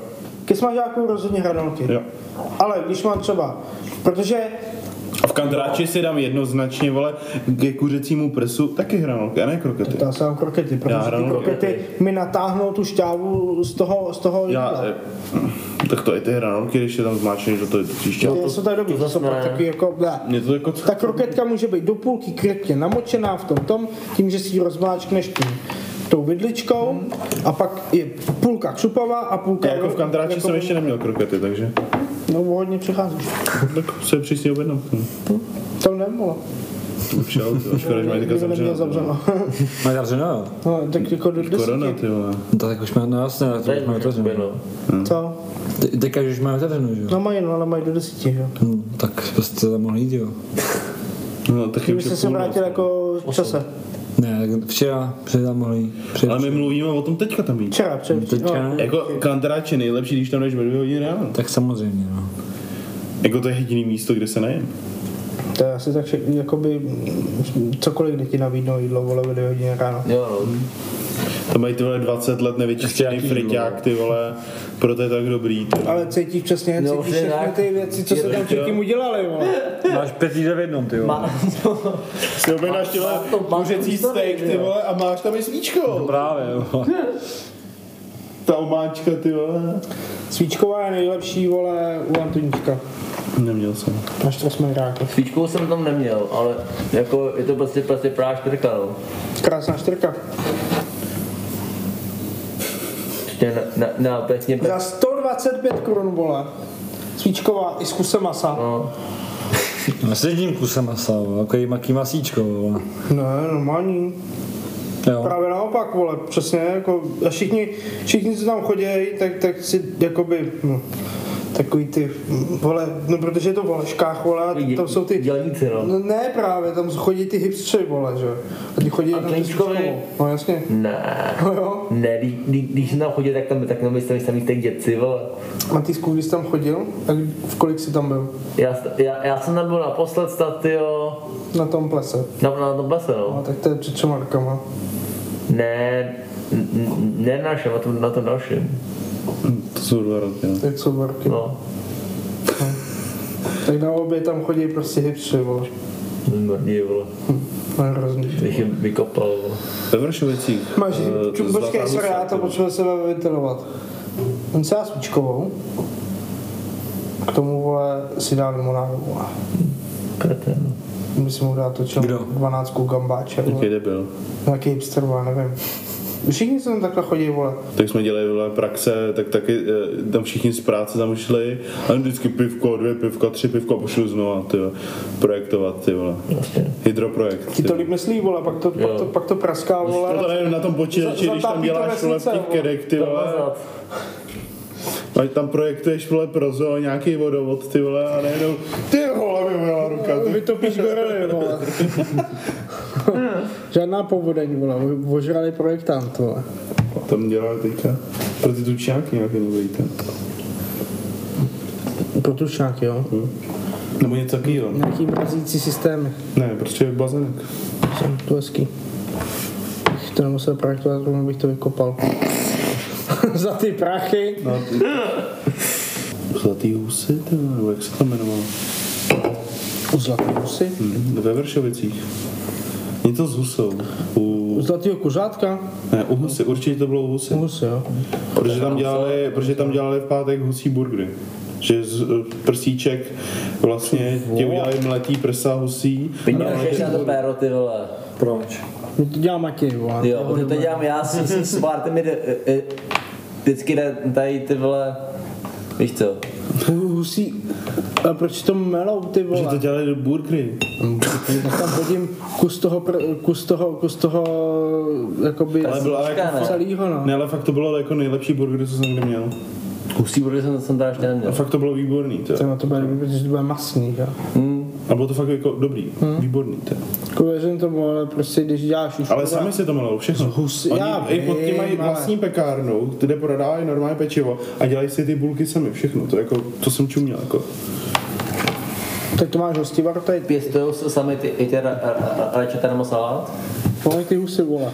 Speaker 4: ke smažáku rozhodně hranolky.
Speaker 3: Jo.
Speaker 4: Ale když mám třeba, protože
Speaker 3: A v kandráči si dám jednoznačně, vole, ke kuřecímu prsu taky hranolky, a ne krokety.
Speaker 4: já se dám krokety,
Speaker 3: Já
Speaker 4: protože ty
Speaker 3: hranolky.
Speaker 4: krokety mi natáhnou tu šťávu z toho, z toho
Speaker 3: Já,
Speaker 4: jídla.
Speaker 3: eh, tak to i ty hranolky, když je tam zmáčený, že to je příště.
Speaker 4: Ty jsou tady dobrý, to jsou pak takový jako blé.
Speaker 3: Mě to jako...
Speaker 4: Ta kroketka může být do půlky krtě namočená v tom tom, tím, že si ji rozmáčkneš tím tou vidličkou a pak je půlka křupavá a půlka...
Speaker 3: Já jako v kandráči jsem ještě neměl krokety, takže...
Speaker 4: No, hodně přecházíš.
Speaker 3: Tak se přísně objednám.
Speaker 4: Tam nebylo.
Speaker 3: Už jo, to škoda, že mají teďka
Speaker 4: Kdyby neměl
Speaker 3: zavřeno.
Speaker 4: zavřeno.
Speaker 5: Mají zavřeno, jo?
Speaker 4: No, tak jako do
Speaker 3: Korona,
Speaker 4: deseti.
Speaker 3: ty vole.
Speaker 5: No tak už máme, no jasně, tak to už máme otevřeno.
Speaker 2: no.
Speaker 4: Co?
Speaker 5: Te- Teďka už máme otevřeno, že jo?
Speaker 4: No mají, no, ale mají do deseti, jo.
Speaker 5: Hm, tak prostě tam mohli jít, jo.
Speaker 3: No, taky
Speaker 4: Kdyby
Speaker 3: už
Speaker 4: jste
Speaker 3: je
Speaker 4: se
Speaker 3: půl
Speaker 4: vrátil
Speaker 3: noc.
Speaker 4: jako v čase.
Speaker 5: Ne, tak včera, předtím tam mohli jít.
Speaker 3: Ale
Speaker 5: Předtím.
Speaker 3: my mluvíme o tom teďka tam jít.
Speaker 4: Včera, před,
Speaker 5: Teďka,
Speaker 4: no,
Speaker 3: Jako kandráč je nejlepší, když tam jdeš ve dvě hodiny ráno.
Speaker 5: tak samozřejmě, no.
Speaker 3: Jako to je jediný místo, kde se nejem.
Speaker 4: to je asi tak všechno, jakoby mm, cokoliv, kde ti nabídnou jídlo, vole, ve dvě hodiny ráno.
Speaker 2: Jo, no.
Speaker 3: Tam mají ty vole 20 let nevyčištěný friťák, ty vole. Proto je tak dobrý. Ty. vole.
Speaker 4: Ale cítíš přesně,
Speaker 2: No,
Speaker 4: cítíš
Speaker 2: že
Speaker 4: všechny
Speaker 2: tak.
Speaker 4: ty věci, co se tam předtím udělali, vole.
Speaker 6: Máš pět jídel v jednom, ty vole.
Speaker 2: Má,
Speaker 3: Si objednáš ty vole
Speaker 2: Má to- má to
Speaker 3: kuřecí
Speaker 2: historii,
Speaker 3: steak, ty
Speaker 2: jo.
Speaker 3: vole, a máš tam i svíčko.
Speaker 5: Právě, jo.
Speaker 3: ta omáčka, ty vole.
Speaker 1: Svíčková je nejlepší, vole, u Antoníčka.
Speaker 3: Neměl jsem.
Speaker 4: Máš to smajráky.
Speaker 2: Svíčkou jsem tam neměl, ale jako je to prostě, prostě právě čtyřka, no.
Speaker 1: Krásná čtyřka.
Speaker 2: Ještě na, na, na pěkně
Speaker 1: Za 125 korun, vole. Svíčková i s kusem masa.
Speaker 2: no.
Speaker 5: S jedním kusem masa, vole, jako jí maký masíčko, vole.
Speaker 3: No,
Speaker 1: Ne, normální.
Speaker 2: No.
Speaker 5: Jo.
Speaker 1: Právě naopak, vole, přesně, jako, a všichni, všichni, co tam chodějí, tak, tak si, jakoby, no, takový ty, mm, vole, no protože je to v Holeškách, vole, a tam jsou ty...
Speaker 2: Dělníci, no.
Speaker 1: No ne právě, tam chodí ty hipstři, vole, že? jo. A ty chodí
Speaker 2: A
Speaker 1: na
Speaker 2: Klíčkovi.
Speaker 1: No jasně.
Speaker 2: Ne.
Speaker 1: No jo.
Speaker 2: Ne, kdy- kdy- když jsem tam chodil, tak tam, tak tam byste tam jste děci, vole.
Speaker 1: A ty když jsi tam chodil, tak v kolik jsi tam byl?
Speaker 2: Já, já, já jsem tam byl naposled snad, jo,
Speaker 1: Na tom plese.
Speaker 2: na, na tom base,
Speaker 1: No,
Speaker 2: no.
Speaker 1: tak to je před čomarkama.
Speaker 2: Ne, n- n- ne na našem, na tom, na tom dalším,
Speaker 3: To jsou dva roky, no.
Speaker 1: Tak jsou barky.
Speaker 2: no.
Speaker 1: Tak na obě tam chodí prostě hipstři, vole.
Speaker 2: Zmrdí, vole.
Speaker 1: To je hrozný.
Speaker 2: Když jim vykopal, vole.
Speaker 3: Ve Vršovicích.
Speaker 1: Máš,
Speaker 3: eh,
Speaker 1: ču,
Speaker 3: zlatá
Speaker 1: počkej, sorry,
Speaker 3: husa,
Speaker 1: já to
Speaker 3: ty vole.
Speaker 1: potřebuji sebe ventilovat. On se dá svíčkovou. K tomu, vole, si dá limonádu, vole.
Speaker 2: Kreten, no.
Speaker 1: Musím mu dát to čo?
Speaker 5: Kdo?
Speaker 1: 12 gambáče,
Speaker 3: Jaký
Speaker 1: vole.
Speaker 3: debil.
Speaker 1: Nějaký hipster, vole, nevím. Všichni se tam takhle chodí, vole.
Speaker 3: Tak jsme dělali vole, praxe, tak taky eh, tam všichni z práce tam šli a vždycky pivko, dvě pivka, tři pivka pošlu znova, ty vole, projektovat, ty vole.
Speaker 2: Jasně.
Speaker 3: Hydroprojekt.
Speaker 1: Ti
Speaker 3: ty
Speaker 1: to
Speaker 3: vole.
Speaker 1: líp myslí, vole, pak to, pak
Speaker 2: Jo.
Speaker 1: to, pak to praská,
Speaker 3: No to
Speaker 1: vole.
Speaker 3: nevím, na tom počítači,
Speaker 1: Za-
Speaker 3: když tam
Speaker 1: zatápí to
Speaker 3: děláš vole v
Speaker 1: vesnice,
Speaker 3: těch
Speaker 1: vole.
Speaker 3: kedek, ty vole, a tam projektuješ vole prozo a nějaký vodovod, ty vole, a najednou, ty vole, mi byla ruka, ty
Speaker 4: Vytopíš gorily, vole. Žádná povodeň, vole, ožrali projektant, vole.
Speaker 3: Tam dělali teďka pro ty tučáky nějaký nový ten.
Speaker 4: Pro tušák, jo.
Speaker 3: Nebo něco takového.
Speaker 4: Nějaký mrazící systémy.
Speaker 3: Ne, prostě bazének.
Speaker 4: Jsem to hezký. Bych to nemusel projektovat, protože bych to vykopal. Za ty prachy.
Speaker 3: No, ty... Zlatý husy, ty vole, nebo jak se to jmenovalo?
Speaker 4: U zlaté husy.
Speaker 3: Hmm, ve Vršovicích. Něco s husou. U...
Speaker 4: U zlatého kuřátka.
Speaker 3: Ne, u husy, určitě to bylo u husy.
Speaker 4: U husy, jo.
Speaker 3: Protože tam dělali, protože tam dělali v pátek husí burgery. Že z eh, prsíček vlastně ti udělali mletý prsa husí.
Speaker 2: Peníze, na to péro, ty vole.
Speaker 5: Proč?
Speaker 4: No to dělá Matěj, vole.
Speaker 2: Jo, to, to dělám já s, s, s Bartem, jde, e, e, vždycky jde tady ty vole, víš co,
Speaker 4: U Husí. A proč to melou, ty
Speaker 3: Že
Speaker 4: vole?
Speaker 3: to dělali do burgery.
Speaker 4: Tak tam hodím kus toho, pr- kus toho, kus toho, jakoby
Speaker 3: Ale byla
Speaker 2: Svíčka,
Speaker 3: jako
Speaker 2: ne?
Speaker 4: celýho, no.
Speaker 3: Ne, ale fakt to bylo jako nejlepší burger, co jsem kdy měl.
Speaker 2: husí vody jsem, jsem tady ještě
Speaker 3: A
Speaker 2: neměl.
Speaker 3: fakt to bylo výborný, to.
Speaker 4: To na to bude líbit, protože to bude masný, jo.
Speaker 3: A bylo to fakt jako dobrý, výborný, to.
Speaker 4: Jako věřím tomu, ale prostě když děláš už...
Speaker 3: Ale sami si to milou, všechno. Hus, Oni
Speaker 4: já
Speaker 3: i pod tím
Speaker 4: vím,
Speaker 3: mají
Speaker 4: ale-
Speaker 3: vlastní pekárnu, kde prodávají normální pečivo a dělají si ty bulky sami, všechno. To, jako, to jsem čuměl, jako.
Speaker 4: Tak to máš hostivar tady,
Speaker 2: Pěstujou se sami ty, i ty ra- ra- ra- rajčata nebo salát?
Speaker 4: Vole, ty husy, vole.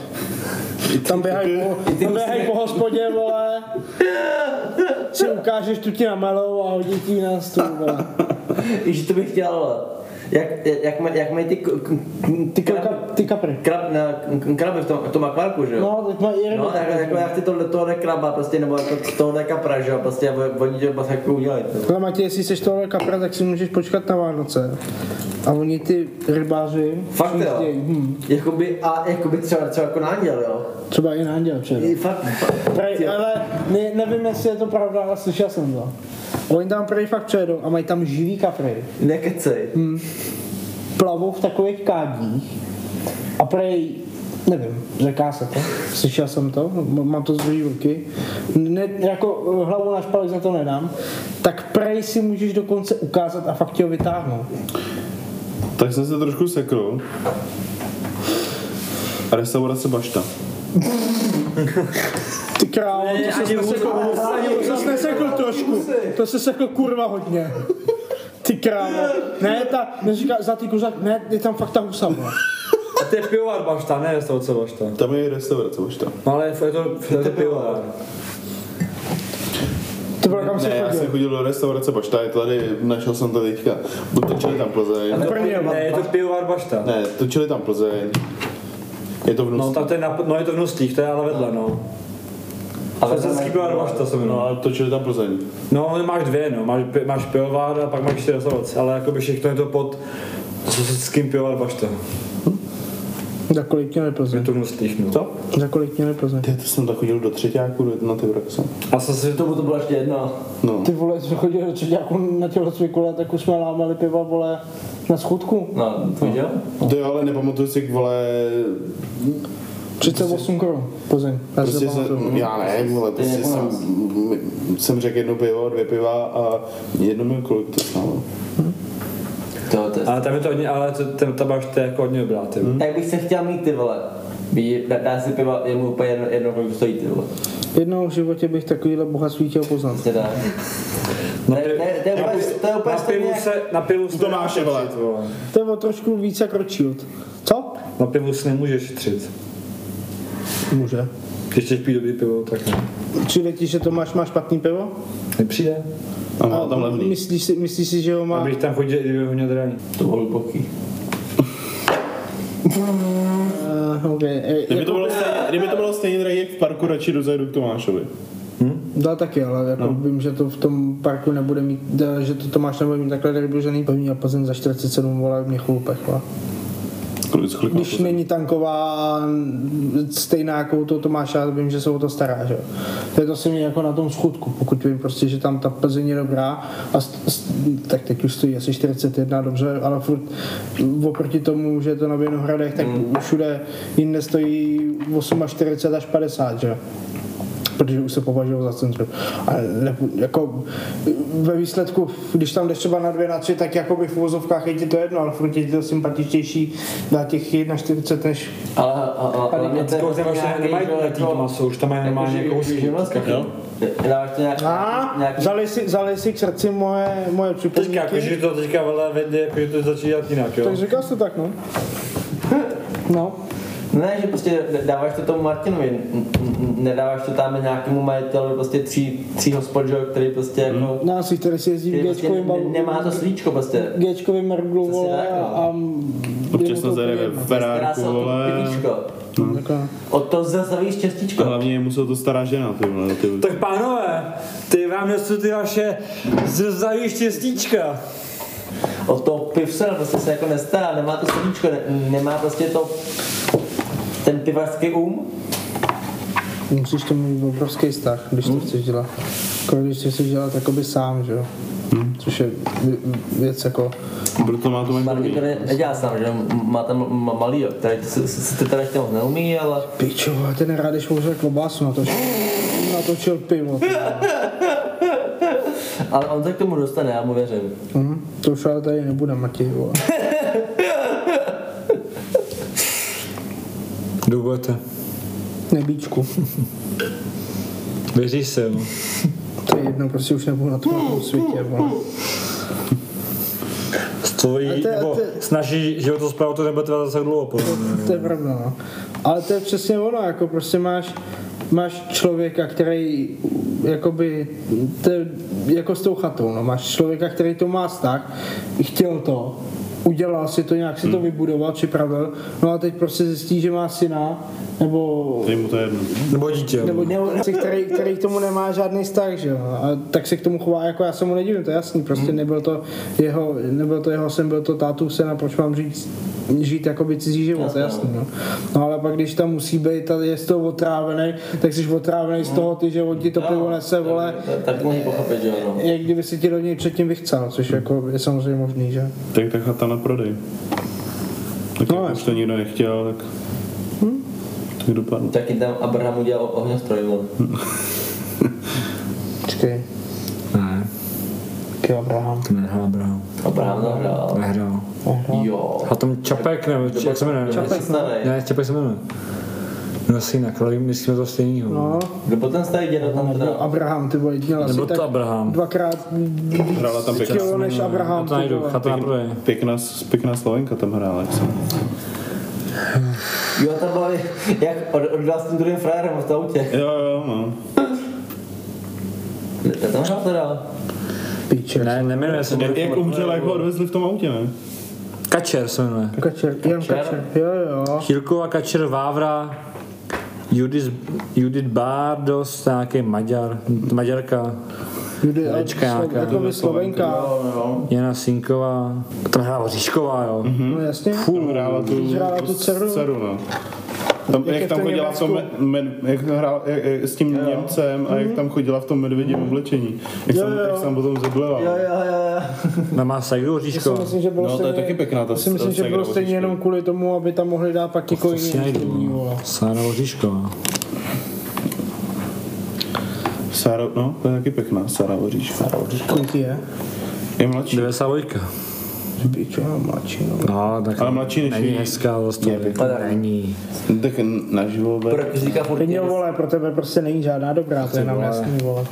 Speaker 4: Tam běhají po, tam běhají po hospodě, vole. Si ukážeš tu ti namelou a hodí ti ji na stůl, vole.
Speaker 2: Ježiš, to bych chtěl, vole. Jak, jak, jak, maj- jak mají ty, k- k-
Speaker 4: Ty,
Speaker 2: kraby,
Speaker 4: ka, ty kapry.
Speaker 2: krab, na, k- kraby v tom, v tom akvárku, že jo?
Speaker 4: No, tak mají i ryby.
Speaker 2: No, tak jako já chci tohle, tohle kraba, prostě, nebo jako tohle kapra, že jo, prostě, a oni to prostě jako udělají. to.
Speaker 4: Ale Matěj, jestli jsi tohle kapra, tak si můžeš počkat na Vánoce. A oni ty rybáři...
Speaker 2: Fakt jo.
Speaker 4: přijezdějí, Hm,
Speaker 2: Jakoby, a jakoby třeba, třeba jako náděl, jo.
Speaker 4: třeba i na anděl včera.
Speaker 2: I fakt,
Speaker 4: Prej, ale ne, nevím, jestli je to pravda, ale slyšel jsem to. Oni tam prej fakt přejedou a mají tam živý kapry.
Speaker 2: nekecej.
Speaker 4: Plavou v takových kádích a prej, nevím, říká se to, slyšel jsem to, m- mám to z druhé ruky, ne, jako eh, hlavu na špalek za to nedám, tak prej si můžeš dokonce ukázat a fakt tě ho vytáhnout.
Speaker 3: Tak jsem se trošku sekl. Restaurace Bašta.
Speaker 4: Ty králo, to se
Speaker 2: ani
Speaker 4: nesekl,
Speaker 2: husy, ani
Speaker 4: to se nesekl trošku, to se sekl kurva hodně. Ty králo, ne, ta, neříká, za ty kuřák, ne, je tam fakt ta husa, vole.
Speaker 5: A to je pivovar bašta, ne restaurace bašta.
Speaker 3: Tam je restaurace Bašta.
Speaker 5: No ale je to, je to, je to pivovar.
Speaker 4: Ty vole, kam se
Speaker 3: Ne, já
Speaker 4: chodil?
Speaker 3: jsem chodil do restaurace Bašta, je tady, našel jsem to teďka. Buď točili tam Plzeň.
Speaker 4: Premiér,
Speaker 5: Ne, je to pivovar bašta.
Speaker 3: Ne, točili tam Plzeň. Je to v
Speaker 5: No,
Speaker 3: Nustí.
Speaker 5: tak to je, na, no, je to v Nustích, to je ale vedle, no.
Speaker 7: Ale
Speaker 5: Plzeňský pivovar Bašta se
Speaker 3: No
Speaker 5: jmenuje.
Speaker 3: ale točili tam Plzeň.
Speaker 5: No, ale máš dvě, no. Máš, pi- máš pivovar a pak máš čtyři restaurace, ale jakoby všechno je to pod sosedským pivovar Bašta.
Speaker 4: Za kolik měli
Speaker 5: Je
Speaker 4: Plzeň?
Speaker 5: to hnusných, no.
Speaker 3: Co?
Speaker 4: Za kolik měli Plzeň?
Speaker 3: Ty, to jsem tak chodil do třetíku na ty vraxe.
Speaker 5: A co si to...
Speaker 6: Tomu to bylo ještě jedno.
Speaker 3: No.
Speaker 4: Ty vole, jsme chodili do jako na tělocviku, ale tak už jsme lámali piva, vole, na schůdku.
Speaker 6: No, to viděl?
Speaker 3: To jo, ale nepamatuju si, k vole,
Speaker 4: 38 korun Plzeň. Já si
Speaker 3: prostě
Speaker 4: to pamatuju.
Speaker 3: jsem, já ne, vole, prostě
Speaker 6: jako
Speaker 3: jsem,
Speaker 6: nás.
Speaker 3: m- jsem řekl jedno pivo, dvě piva a jedno mi kolik to no. stálo.
Speaker 6: To, to je...
Speaker 5: Ale tam je to hodně, ale to, ten, ta Bašta je jako hodně dobrá, ty. Hmm.
Speaker 6: No Tak bych se chtěl mít ty vole. Ví, dá, dá si piva, je mu úplně jedno, jedno kolik stojí ty vole.
Speaker 4: Jednou v životě bych takovýhle bohatství chtěl poznat.
Speaker 6: Prostě dá.
Speaker 5: No
Speaker 6: To je- to je- to je
Speaker 5: Na
Speaker 6: úplně-
Speaker 5: pi-
Speaker 6: to je úplně
Speaker 5: na
Speaker 6: stejně
Speaker 5: pivu
Speaker 6: jak-
Speaker 5: se, na pivu se
Speaker 3: To máš,
Speaker 5: nemůžeš
Speaker 3: vole.
Speaker 5: šetřit, vole.
Speaker 4: To je o trošku víc jak Rothschild. Co?
Speaker 5: Na pivu se nemůžeš šetřit.
Speaker 4: Může.
Speaker 5: Když chceš pít dobrý pivo, tak ne.
Speaker 4: Přijde ti, že to máš, máš špatný pivo?
Speaker 5: Nepřijde.
Speaker 3: A má tam levný.
Speaker 4: Myslíš si, myslíš si že ho má...
Speaker 5: Abych tam chodil, kdyby ho měl draní.
Speaker 6: To bylo hluboký.
Speaker 4: Uh, okay. e,
Speaker 3: Kdyby
Speaker 4: jako,
Speaker 3: to bylo stejně, kdyby to bylo stejně drahý, jak v parku radši dozajdu k Tomášovi.
Speaker 4: dá taky, ale jako no. vím, že to v tom parku nebude mít, da, že to Tomáš nebude mít takhle rybružený pevný a Plzeň za 47 volá mě chlupech. vole.
Speaker 3: Kolik, kolik má
Speaker 4: Jako Když
Speaker 3: Plzeň?
Speaker 4: není tanková stejná jako u toho Tomáša, já vím, že se o to stará, že jo. To je to si mě jako na tom schudku, pokud vím prostě, že tam ta Plzeň je dobrá, a st- st- tak teď už stojí asi 41, dobře, ale furt oproti tomu, že je to na Vinohradech, tak všude jinde stojí 48 až 50, že jo protože už se považoval za centrum. Ale ne, jako ve výsledku, když tam jdeš třeba na dvě, na tři, tak jako by v úvozovkách je ti to jedno, ale furt je ti to sympatičtější na těch 41 než
Speaker 6: Ale a- a- a- hlavně to je
Speaker 5: Jako tam už
Speaker 6: nějaký,
Speaker 5: nemají
Speaker 6: že jo,
Speaker 5: letý
Speaker 6: jako-
Speaker 5: maso, už tam mají
Speaker 6: jako
Speaker 5: normálně
Speaker 6: živý-
Speaker 5: jako hustý.
Speaker 6: živnost, jo? Dáváš to nějak,
Speaker 4: A
Speaker 6: nějaký...
Speaker 4: vzali si, vzali si k srdci moje, moje
Speaker 5: Teďka,
Speaker 4: připomínky.
Speaker 5: jakože to teďka vele vedli, jakože to začíná dělat jinak, jo.
Speaker 4: Tak říkal jsi to tak, no. No,
Speaker 6: Ne, že prostě dáváš to tomu Martinovi, n- n- nedáváš to tam nějakému majiteli prostě tří, tří hospod, že jo, který prostě jako...
Speaker 5: Hmm.
Speaker 4: na si tady si jezdí
Speaker 6: Který
Speaker 4: v
Speaker 6: prostě
Speaker 4: Gčkovým
Speaker 6: ne- nemá to slíčko prostě.
Speaker 4: Gčkovým merglu,
Speaker 6: Přesně
Speaker 4: vole,
Speaker 6: tak, no.
Speaker 4: a, a je
Speaker 3: Občas
Speaker 4: mu to
Speaker 3: jsme zajeli
Speaker 4: úplně
Speaker 3: ve
Speaker 4: jedno.
Speaker 6: Stará
Speaker 3: Ferrárku,
Speaker 6: se o to
Speaker 3: vole.
Speaker 6: pivíčko.
Speaker 4: Jako-
Speaker 6: Od toho zastavíš
Speaker 3: A
Speaker 6: častičko.
Speaker 3: hlavně musel to stará žena, ty vole. Ty, vole.
Speaker 5: Tak pánové, ty vám nesu ty vaše zrzaví štěstíčka.
Speaker 6: Od toho pivsera prostě se jako nestará, nemá to srdíčko, ne, nemá prostě to ten pivařský um.
Speaker 4: Musíš to mít obrovský vztah, když to chceš dělat. Jako když to chceš dělat jakoby sám, že jo. Což je vě- věc jako...
Speaker 3: Proto má to mají
Speaker 6: Martin
Speaker 3: dobrý.
Speaker 6: to ne- nedělá sám, že jo, má tam ma- malýho, který to se, se, se teda ještě moc neumí, ale
Speaker 4: Pičo, vole, ten rád, když použil klobásu, natočil, no natočil pivo. ty vole.
Speaker 6: ale on se k tomu dostane, já mu věřím.
Speaker 4: Mhm. To už ale tady nebude, Mati, vole.
Speaker 5: Kdo budete?
Speaker 4: Nebíčku.
Speaker 5: Věříš se, jo.
Speaker 4: To je jedno, prostě už nebudu na tom světě, vole.
Speaker 5: S tvojí,
Speaker 4: A to je-
Speaker 5: nebo
Speaker 4: to je-
Speaker 5: s naší životosprávu to nebude trvat zase dlouho, podle mě.
Speaker 4: To je pravda, no. Ale to je přesně ono, jako prostě máš, máš člověka, který jakoby, to je jako s tou chatou, no. Máš člověka, který to má vztah, chtěl to, udělal si to, nějak si to vybudoval, připravil, no a teď prostě zjistí, že má syna, nebo
Speaker 3: Je mu to jedno.
Speaker 5: Nebo dítě, no. jo.
Speaker 4: nebo němci, který, který k tomu nemá žádný vztah, že jo. A tak se k tomu chová, jako já se mu nedivím, to je jasný, prostě nebyl to jeho, nebyl to jeho sen, byl to tátu sen a proč mám žít, žít jakoby cizí život, to je jasný, no. No ale pak, když tam musí být a je z toho otrávený, tak jsi otrávený z toho, ty, že on ti No, to pivo nese, vole,
Speaker 6: Tak- Tak to můžu pochopit, že jo, no.
Speaker 4: jak kdyby si ti do něj předtím vychcel, což jako je samozřejmě možný, že?
Speaker 3: Tak ta chata na prodej. Tak
Speaker 4: No, Hm?
Speaker 3: jak už to nikdo nechtěl, tak... Tak dopadlo.
Speaker 6: Taky tam Abraham udělal o- ohňostroj, vole.
Speaker 4: Počkej,
Speaker 5: Ne,
Speaker 4: taky Abraham.
Speaker 5: to nehrál, bravo.
Speaker 6: Abraham zahrál.
Speaker 5: Nehrál.
Speaker 6: Jo.
Speaker 5: A tam Čapek, nebo či- jak se jmenuje?
Speaker 6: Čapek, no. starý.
Speaker 5: Ne, Čapek se jmenuje. No si jinak, ale myslíme to stejného.
Speaker 4: No,
Speaker 6: Kdo byl ten starý děda tam teda?
Speaker 4: nebo Abraham, ty vole, měl asi
Speaker 5: Nebo
Speaker 4: tak
Speaker 5: to Abraham. Hmm,
Speaker 4: dvakrát
Speaker 3: Hrála tam pěkná,
Speaker 4: kilo než Abraham,
Speaker 5: Já to
Speaker 4: ty
Speaker 5: najdu,
Speaker 4: vole.
Speaker 5: chata na prodej.
Speaker 4: no.
Speaker 3: pěkná, pěkná Slovenka tam hrála, jak jsem.
Speaker 6: Jo, tam byl jak od, od vás s tím druhým frajerem v autě.
Speaker 3: Jo, jo, no.
Speaker 6: Já tam hrál teda.
Speaker 4: Píče.
Speaker 5: Ne, nemenuje se to.
Speaker 3: Jak,
Speaker 4: jako-
Speaker 3: jak umřel, jak ho odvezli v tom autě, ne?
Speaker 5: Kačer se jmenuje.
Speaker 4: Kačer, Jan Kačer, jo jo.
Speaker 5: Chírko a Kačer, Vávra Judith, Judith Bardos, nějaký Maďar, Maďarka,
Speaker 4: Judy,
Speaker 5: Herečka nějaká.
Speaker 4: jako by Slovenka.
Speaker 5: Jana Sinková, tam hrála Říšková, jo.
Speaker 4: No jasně.
Speaker 3: Tam hrála tu,
Speaker 4: Hrála tu dceru.
Speaker 3: dceru no. Tam, jak,
Speaker 4: je v
Speaker 3: tam
Speaker 4: tom
Speaker 3: chodila v tom, med, med, jak hrál jak, jak, s tím Němcem a jak tam chodila v tom medvědím oblečení. Jak,
Speaker 4: Mhm. Jo,
Speaker 3: tam,
Speaker 4: jo.
Speaker 3: jak tam potom zeblela.
Speaker 2: Jo, jo, jo, jo.
Speaker 5: Tam má Sajdu
Speaker 4: Já vlastně si
Speaker 5: Říšková.
Speaker 4: myslím, že bylo
Speaker 3: No, to je
Speaker 4: stejně-
Speaker 3: taky pěkná ta
Speaker 4: Já si myslím, že
Speaker 3: scéna,
Speaker 4: bylo
Speaker 3: nebo
Speaker 4: stejně
Speaker 3: říčka.
Speaker 4: jenom kvůli tomu, aby tam mohli dát pak někoho
Speaker 5: To si najdu,
Speaker 4: jiného.
Speaker 5: no. Sára Oříšková.
Speaker 3: Sára, no, to je taky pěkná, Sára Voříška.
Speaker 4: Kolik je?
Speaker 3: Je mladší.
Speaker 5: 92.
Speaker 4: Pičo, mladší, no.
Speaker 5: No, tak
Speaker 3: Ale mladší než
Speaker 5: není
Speaker 3: jí.
Speaker 5: hezká za
Speaker 3: Je
Speaker 5: to.
Speaker 3: pěkná.
Speaker 5: Není.
Speaker 3: Tak naživo, be.
Speaker 2: Proč říká furt
Speaker 4: Peně,
Speaker 2: tě-
Speaker 4: vole, pro tebe prostě není žádná dobrá, to je nám jasný, vole.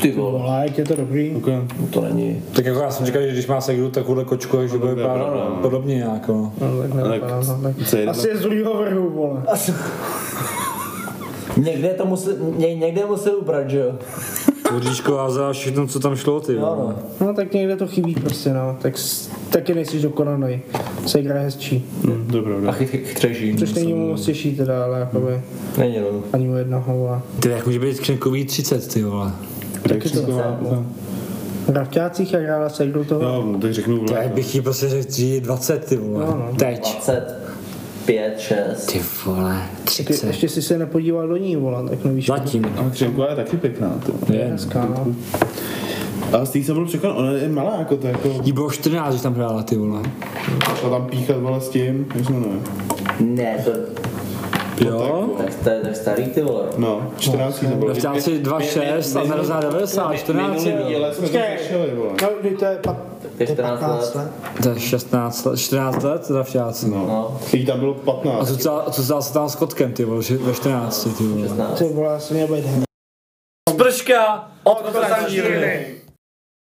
Speaker 2: Ty vole,
Speaker 4: Vole, je to dobrý.
Speaker 3: Okay.
Speaker 2: to není.
Speaker 5: Tak jako já jsem říkal, že když má Segru takovouhle kočku, že bude vypadat podobně nějak, no.
Speaker 4: No, tak nevypadá,
Speaker 3: Tak
Speaker 4: no, tak.
Speaker 3: co je
Speaker 4: Asi je z druhého vrhu, vole.
Speaker 2: Někde to musel, ně, někde musel ubrat, že jo?
Speaker 5: Oříšková za všechno, co tam šlo, ty
Speaker 2: Jo,
Speaker 5: vole.
Speaker 2: no.
Speaker 4: No tak někde to chybí prostě, no. Tak s- taky nejsi dokonalý. Se hra hezčí.
Speaker 3: Hm, to je pravda.
Speaker 2: A chyt, chyt, chytřejší.
Speaker 4: Což není mu moc těžší teda, ale jakoby
Speaker 2: Není, no.
Speaker 4: ani u jednoho, vole.
Speaker 5: Ty jak může být křenkový 30, ty vole.
Speaker 3: Tak Křiková,
Speaker 4: V Ravťácích a hrála se kdo toho.
Speaker 3: No, tak řeknu,
Speaker 5: To
Speaker 3: vole.
Speaker 5: jak bych jí prostě řekl, že je 20, ty
Speaker 4: No,
Speaker 5: vole.
Speaker 4: no.
Speaker 5: Teď.
Speaker 2: 25, 6.
Speaker 5: Ty vole,
Speaker 4: Ty,
Speaker 5: 30.
Speaker 4: ještě si se nepodíval do ní, vole, tak nevíš.
Speaker 5: Zatím.
Speaker 3: A Křiková je No, taky pěkná, to.
Speaker 5: Je.
Speaker 4: Hezká, no.
Speaker 3: A z té jsem byl překvapen, ona je malá, jako to, jako,
Speaker 5: Jí bylo 14, když tam hrála, ty vole.
Speaker 3: šla tam píchat, vole, s tím, jak se jmenuje.
Speaker 2: Ne, to,
Speaker 5: Jo?
Speaker 2: tak to je tak starý, ty vole.
Speaker 3: No, 14 no, to bylo.
Speaker 5: Vrťáci 2,6 a narozená 90, 14.
Speaker 3: Minulý díle jsme to řešili, vole.
Speaker 4: No, kdy to je pat...
Speaker 2: To je 14 let.
Speaker 5: To je 16 let, 14 let, teda vťáci.
Speaker 3: No,
Speaker 2: No.
Speaker 3: jí tam bylo
Speaker 5: A
Speaker 3: 15.
Speaker 5: co dělal- co dělal se tam s kotkem, ty vole, že- ve 14, ty vole.
Speaker 4: Ty vole, já jsem měl být
Speaker 5: Sprška!
Speaker 1: Od Kosanžírny.